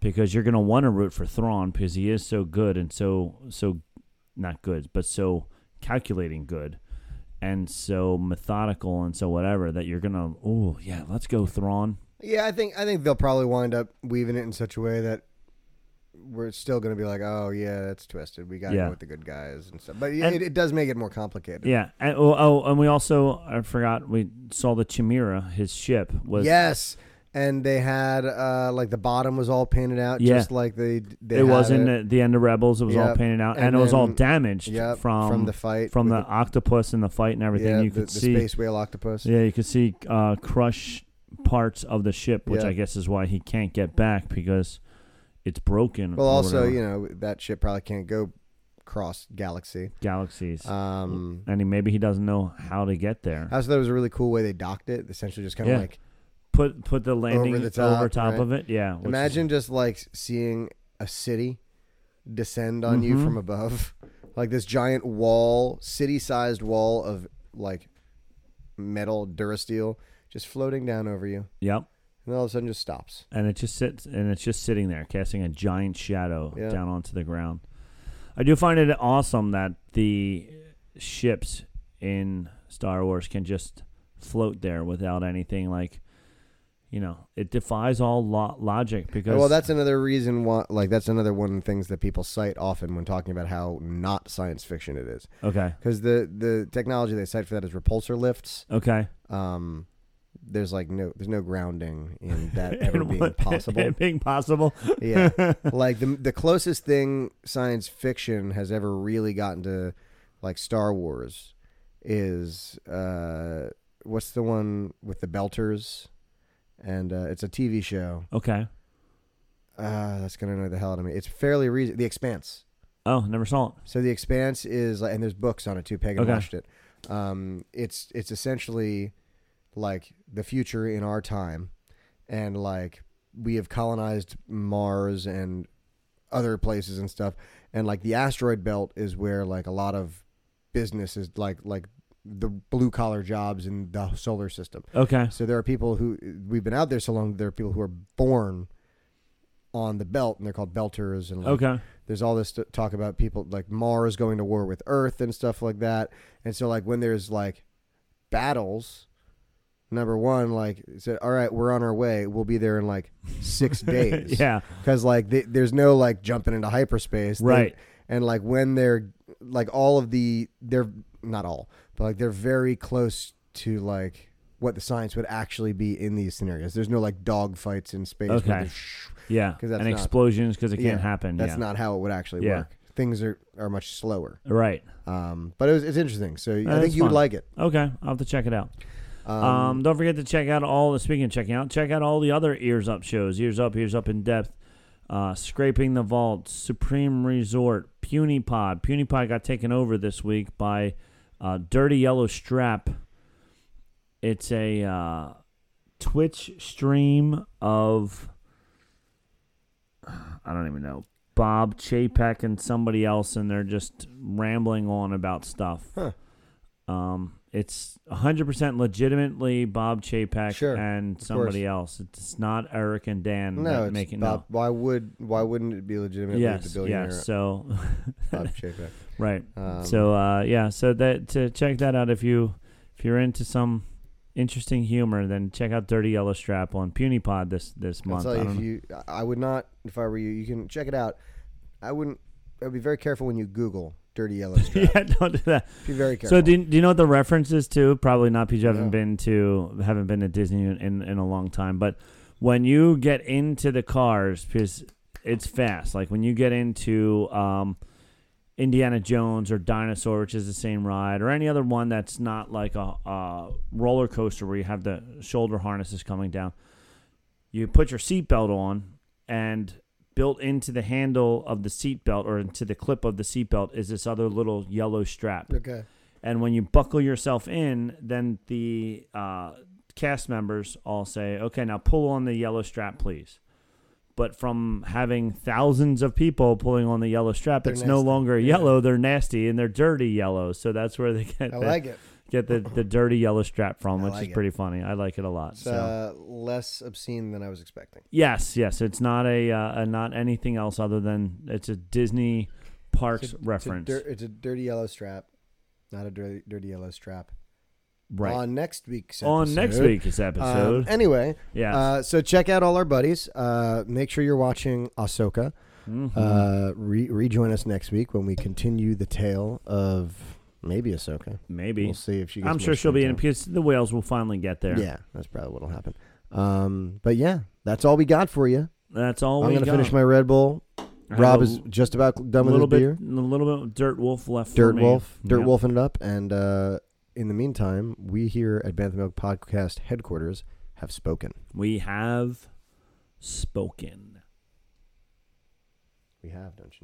A: Because you're going to want to root for Thrawn because he is so good and so so not good, but so calculating good and so methodical and so whatever that you're going to oh, yeah, let's go Thrawn.
D: Yeah, I think I think they'll probably wind up weaving it in such a way that we're still going to be like, oh yeah, that's twisted. We got to
A: Yeah.
D: go with the good guys and stuff. But yeah,
A: And-
D: it, it does make it more complicated.
A: Yeah. And, oh, oh, and we also I forgot we saw the Chimera, his ship was
D: Yes, and they had uh, like the bottom was all painted out,
A: Yeah.
D: just like they they
A: it
D: had
A: wasn't at the end of Rebels. It was all
D: Yep.
A: painted out, and,
D: And
A: it was all
D: then-
A: damaged
D: yep,
A: from
D: from the fight
A: from the,
D: with
A: octopus and the fight and everything.
D: yeah,
A: you
D: the,
A: could
D: the
A: see,
D: space whale octopus.
A: yeah, you could see uh, crush parts of the ship, which
D: Yeah.
A: I guess is why he can't get back because it's broken.
D: Well,
A: or
D: also
A: whatever.
D: you know that ship probably can't go cross galaxy.
A: galaxies,
D: Um,
A: and he, maybe he doesn't know how to get there.
D: I also thought it was a really cool way they docked it. Essentially, just kind of
A: Yeah.
D: like
A: put put the landing
D: the top, right?
A: of it. Yeah, which is-
D: Imagine just like seeing a city descend on you from above, like this giant wall, city-sized wall of like metal durasteel, just floating down over you,
A: Yep.
D: and then all of a sudden just stops.
A: and it just sits and it's just sitting there casting a giant shadow
D: Yeah.
A: down onto the ground i do find it awesome that the ships in star wars can just float there without anything like you know it defies all lo- logic because
D: Well, that's another reason why. Like that's another one of the things that people cite often when talking about how not science fiction it is,
A: okay
D: because the the technology they cite for that is repulsor lifts.
A: okay
D: Um, there's like no there's no grounding in that ever being possible.
A: it being possible
D: Yeah. like the the closest thing science fiction has ever really gotten to like Star Wars is uh what's the one with the belters? And uh, it's a TV show.
A: okay
D: Uh, that's gonna annoy the hell out of me. It's fairly reason The Expanse.
A: oh never saw it
D: So The Expanse is like, and there's books on it too. Pagan
A: Okay.
D: watched it. Um, it's it's essentially like the future in our time, and like we have colonized Mars and other places and stuff, and like the asteroid belt is where like a lot of business is like like the blue collar jobs in the solar system.
A: okay
D: So there are people who we've been out there so long. There are people who are born on the belt, and they're called belters. And like,
A: okay
D: there's all this t- talk about people like Mars going to war with Earth and stuff like that. And so like when there's like battles, Number one, like it said, all right, we're on our way. We'll be there in like six days.
A: Yeah.
D: because like th there's no like jumping into hyperspace, They-
A: Right.
D: and like when they're like all of the they're not all, but like they're very close to like what the science would actually be in these scenarios. There's no like dog fights in space. where
A: Okay.
D: they're sh-
A: Yeah.
D: 'Cause that's
A: and
D: not-
A: explosions because it
D: yeah,
A: can't happen.
D: That's
A: yeah.
D: not how it would actually
A: Yeah.
D: work. Things are are much slower.
A: Right.
D: Um, but it was, it's interesting. So I
A: that's
D: think you would
A: fun.
D: like it.
A: Okay. I'll have to check it out.
D: Um,
A: Um, don't forget to check out all the speaking of checking out, check out all the other Ears Up shows. Ears Up, Ears Up in Depth, uh, Scraping the Vault, Supreme Resort, PewniePod. PewniePod got taken over this week by uh, Dirty Yellow Strap. It's a uh, Twitch stream of I don't even know Bob Chapek and somebody else, and they're just rambling on about stuff.
D: Huh.
A: Um, it's 100% legitimately Bob Chapek
D: Sure,
A: and
D: of
A: somebody else. It's not Eric and Dan
D: no,
A: that
D: it's
A: make it
D: Bob, why would why wouldn't it be legitimate?
A: no.
D: with
A: Yes,
D: the billionaire
A: yes. So,
D: Bob Chapek.
A: right.
D: Um,
A: so, uh, yeah. So that to check that out if you if you're into some interesting humor, then check out Dirty Yellow Strap on PewniePod this this
D: I'll
A: month.
D: tell
A: I
D: you,
A: don't
D: if
A: know.
D: you, I would not. If I were you, you can check it out. I wouldn't. I'd be very careful when you Google "dirty yellow strap."
A: yeah, don't do that.
D: Be very careful.
A: So do you, do you know what the reference is to? Probably not because you haven't
D: No.
A: been to haven't been to Disney in, in, in a long time. But when you get into the cars, because it's fast. Like when you get into um, Indiana Jones or Dinosaur, which is the same ride, or any other one that's not like a, a roller coaster where you have the shoulder harnesses coming down. You put your seatbelt on, and built into the handle of the seatbelt or into the clip of the seatbelt is this other little yellow strap.
D: okay.
A: And when you buckle yourself in, then the uh, cast members all say, okay, now pull on the yellow strap, please. But from having thousands of people pulling on the yellow strap,
D: They're
A: it's no
D: nasty.
A: longer yellow. They're nasty and they're dirty yellow. So that's where they get the,
D: I like it.
A: get the, the dirty yellow strap from,
D: I
A: which
D: like
A: is
D: it.
A: pretty funny. I like it a lot.
D: It's
A: So,
D: uh, less obscene than I was expecting.
A: yes, yes, it's not a, uh, a not anything else other than it's a Disney parks
D: It's a-
A: reference,
D: It's a, dir- it's a dirty yellow strap, not a dirty, dirty yellow strap.
A: right? On,
D: On next week's
A: next
D: episode.
A: week's episode,
D: Um, anyway,
A: Yes.
D: Uh, so check out all our buddies. Uh, make sure you're watching Ahsoka.
A: Mm-hmm.
D: Uh, re- rejoin us next week when we continue the tale of maybe Ahsoka.
A: maybe
D: We'll see if she. Gets
A: I'm
D: more
A: sure she'll be in
D: screen
A: because the whales will finally get there.
D: time. Yeah, that's probably what'll happen. Um, but yeah, that's all we got for you.
A: That's all
D: I'm
A: we
D: gonna
A: got.
D: finish my Red Bull.
A: I have
D: Rob
A: a
D: is just about done with
A: little
D: his
A: bit,
D: beer.
A: a little bit of Dirt Wolf left. for
D: Dirt
A: me.
D: Wolf, Dirt
A: Yeah.
D: Wolfing it up, and uh, in the meantime, we here at Bantha Milk Podcast headquarters have spoken.
A: We have spoken.
D: We have, don't you?